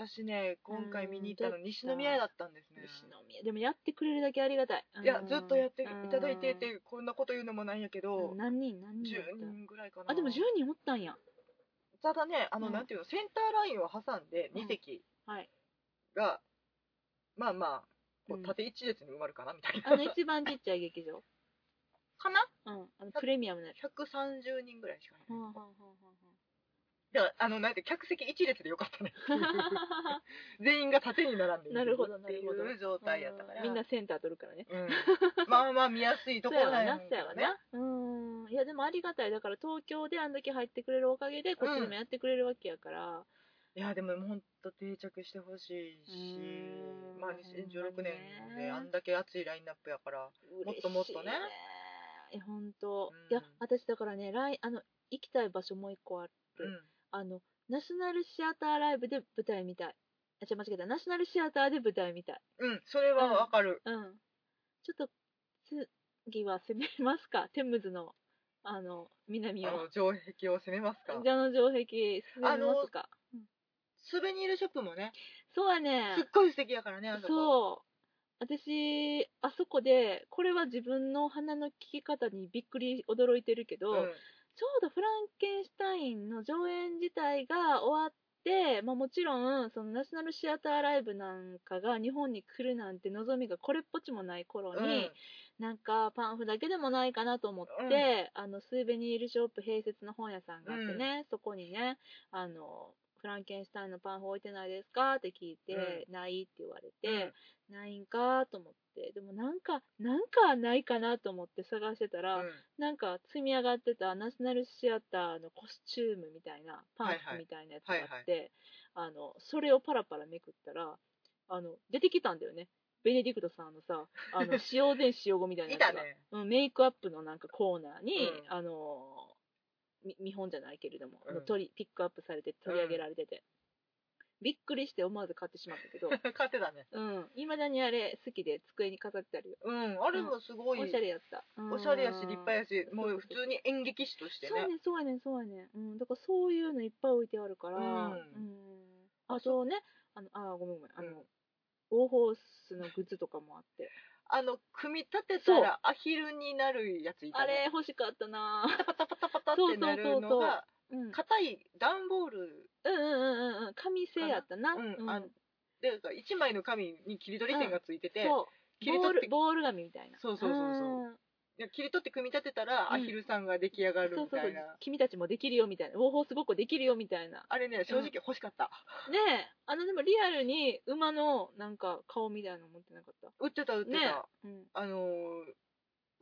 私ね今回見に行ったの西宮だったんですね
西宮でもやってくれるだけありがたい
いやずっとやっていただいててこんなこと言うのもなんやけど
何人何人だった
10人ぐらいかな
あでも10人おったんや
ただねあの、
うん
なんていうのセンターラインを挟んで2席
はい
が、まあまあ
う
こ
ん
う縦一列に埋まるかなみたい
あ
な、
の一番ちっちゃい劇場
か
う
な
んあのプレミアムの やつ
130人ぐらいしかい
はあ
ない、
はあは
だからあのなんて客席一列でよかったね
あはあ
全員が縦に並んでい
なるほど
ってい
なるほ
う状態やったから
みんなセンター取るからね
うんまあまあ見やすいと
そう
こ
や
ろ
わ
だ
な
よ
そうやわなうんいやでもありがたいだから東京であんだけ入ってくれるおかげでこっちでもやってくれるわけやから
いやでも本当定着してほしいし
うーん
まあ2016年
ほんまね
であんだけ熱いラインナップやからもっともっと
嬉
ね
しいね本当
うん
いや私だからね来あの行きたい場所もう一個ある
うん
あのナショナルシアターライブで舞台見たいあ違う間違えたナショナルシアターで舞台見たい
うんそれはわかる
うん。ちょっと、次は攻めますか。 テムズの、あの、南
あ
を
の。城壁を攻めますか
じゃの城壁、攻めますか。
スベニールショップもね
そうやね
すっ。ごい素敵やからねあそこ
そう。私、あそこで、これは自分の鼻の聞き方にびっくり驚いてるけど、
うん
ちょうどフランケンシュタインの上演自体が終わって、まあ、もちろんそのナショナルシアターライブなんかが日本に来るなんて望みがこれっぽっちもない頃に、
うん
なんかパンフだけでもないかなと思って、あのスーベニールショップ併設の本屋さんがあってね、そこにねあのフランケンシュタインのパンフ置いてないですかって聞いて、ないって言われて、ないんかと思ってでもなんかなんかないかなと思って探してた
う
ら、
ん
なんか積み上がってたナショナルシアターのコスチュームみたいなパン
はいは
フ
い
みたいなやつがあって、
はい
あのそれをパラパラめくったらあの出てきたんだよねベネディクトさんのさあ の使用前使用後みたいないやつが
たね
うん、メイクアップのなんかコーナーに、
うん
あのみ見本じゃないけれども、
うん
の取りピックアップされて取り上げられてて、びっくりして思わず買ってしまったけど
買ってたね
いま、未だにあれ好きで机に飾ってあるよ
うんあれもすごい
おしゃれやった、うん
おしゃれやし立派やしも
そう
う
そう
普通に演劇師として
そうや
ね
ねんそうやねんそうやねん、うん、だからそういうのいっぱい置いてあるから、う
うんん
あとねあのあーごめんごめんあの、オーホースのグッズとかもあって
あの組み立てたらアヒルになるやついた
あ
ね
れ欲しかったな
パタパタパタパタってなる
そうそ
の
うそう
が
ー、うん、うん
硬い段ボール
うんうんうんうん紙製やったな
うん
うん
あでなんか1枚の紙に切り取り線がついてて、
そう
切り
ボー
取
ル
って
ボール紙みたいな
そうそうそうそう
うん
で切り取って組み立てたら
う
ア
ん
ヒルさんが出来上がる
そう
み
そう
た
そう
いな、
君たちもできるよみたいなウォーホースごっこできるよみたいな
あれね正直欲しかった、
ねえあのでもリアルに馬のなんか顔みたいなの持ってなかった
売ってた売ってた、
ねえ、うん、
あのー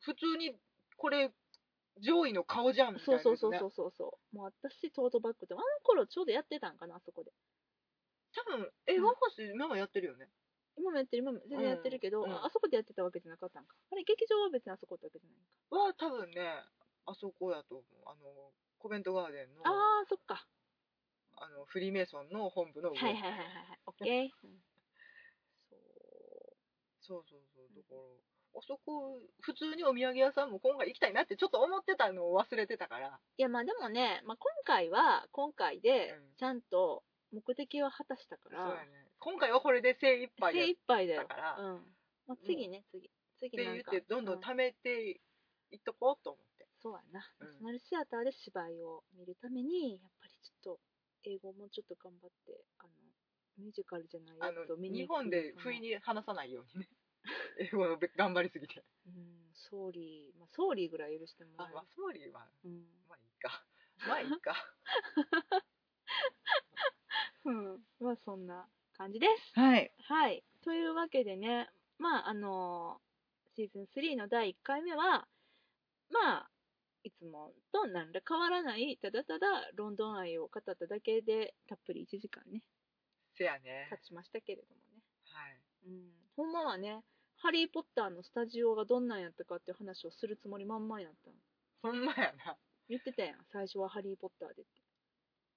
普通にこれ上位の顔じゃんみたい
そ
な
う
やつ
そ
ね、
うそうそうそうそうもう私トートバッグってあの頃ちょうどやってたんかなあそこで
多分え
うん
ワンホース今もやってるよね
今もやってる今も全然やってるけど、
うんうん
ああそこでやってたわけじゃなかったんかあれ劇場は別にあそこってわけじゃないんか
は多分ねあそこやと思うあのコベントガーデンの
あ
あ
あーそっか
のフリーメイソンの本部の上、
はいはいはいはいはいオッケーそう
そうそうそうだからあそこ普通にお土産屋さんも今回行きたいなってちょっと思ってたのを忘れてたから
いやまあでもね、まあ、今回は今回で
うん
ちゃんと目的を果たしたか
そうや
ら、
ね今回はこれで精一杯や
精
っ
一杯だ
た
よ
か、ら、
う
っ
んまあ、次ね次次
て
な
言
ん
っ
か
てどんど
う
ん貯めていっとこうと思って、
そうやな、
うん
ナショナルシアターで芝居を見るためにやっぱりちょっと英語もちょっと頑張ってあのミュージカルじゃない
あ
やつを
の
見
日
に行く
本で不意に話さないようにね 英語の頑張りすぎて
うんソーリー、まあ、ソーリーぐらい許しても
あ
らえ
まあ総理は
る
まあいいかまあいいか
うん、うん、まあそんな感じです
はい
はい。というわけでね、まあ、あのシーズン3の第1回目は、まあ、いつもと何ら変わらない、ただただロンドン愛を語っただけで、たっぷり1時間ね、
せやね
経ちましたけれどもね。
はい
うん。ほんまはね、ハリー・ポッターのスタジオがどんなんやったかっていう話をするつもりまんまになったの。
ほんまやな
言ってたやん、最初はハリー・ポッターでって。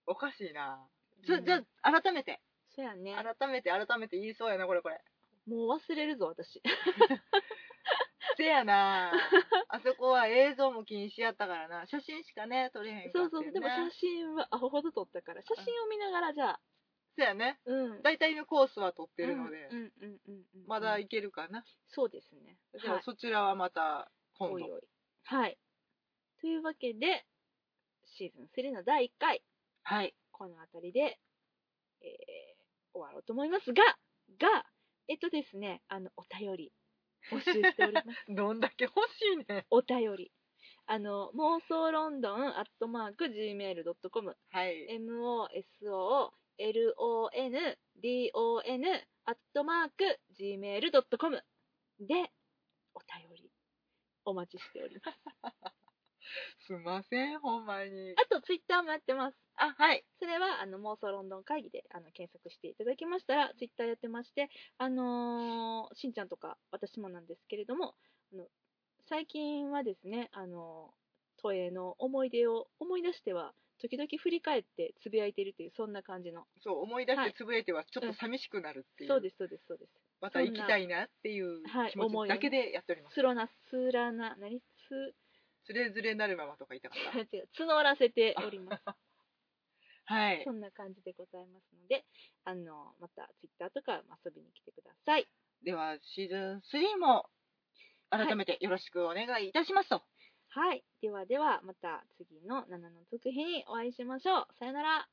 おかしいな
う
じ
ん
ゃじゃあ改めて
そやね。
改めて改めて言いそうやなこれこれ
もう忘れるぞ、 私。
せや なあそこは映像も禁止やったからな写真しかね撮れへんか
そ
っ
うそうそう、
たよね
でも写真はアホほど撮ったから、写真を見ながらじゃあ、
そうやね
うん
大体のコースは取ってるので、
うんうんうんうんうん
まだいけるかな、
そうですね
じゃあそちらはまた今度
おいおいはいというわけでシーズン3の第1回
はい
この辺りで、えー終わろうと思いますががえっとですねあのお便り募集しております
どんだけ欲しいね
お便りあの妄想ロンドンアットマーク Gmail.com
はい、
MOSOLONDON アットマーク Gmail.com でお便りお待ちしております。
すんませんほんまに
あとツイッターもやってます。
あはい
それはあの妄想ロンドン会議であの検索していただきましたらツイッターやってまして、あのーしんちゃんとか私もなんですけれどもあの最近はですね、あの都営の思い出を思い出しては時々振り返ってつぶやいているというそんな感じの
そう思い出し
は
て
い
つぶやいてはちょっと寂しくなるっていう、
そうですそうですそうです
また行きたいなっていう
そんなはい
気持
思
ち
い
だけでやっております、
つろな、つらな、なに、つ、
つれづれなるままとか言いたかっ
違う、募らせております。
た はい
そんな感じでございますので、あの、また、ツイッターとか遊びに来てください。
ではシーズン3も改めてよろしくお願いいたしますと、
はい。ではでは、また次の7の続編にお会いしましょう。さよなら。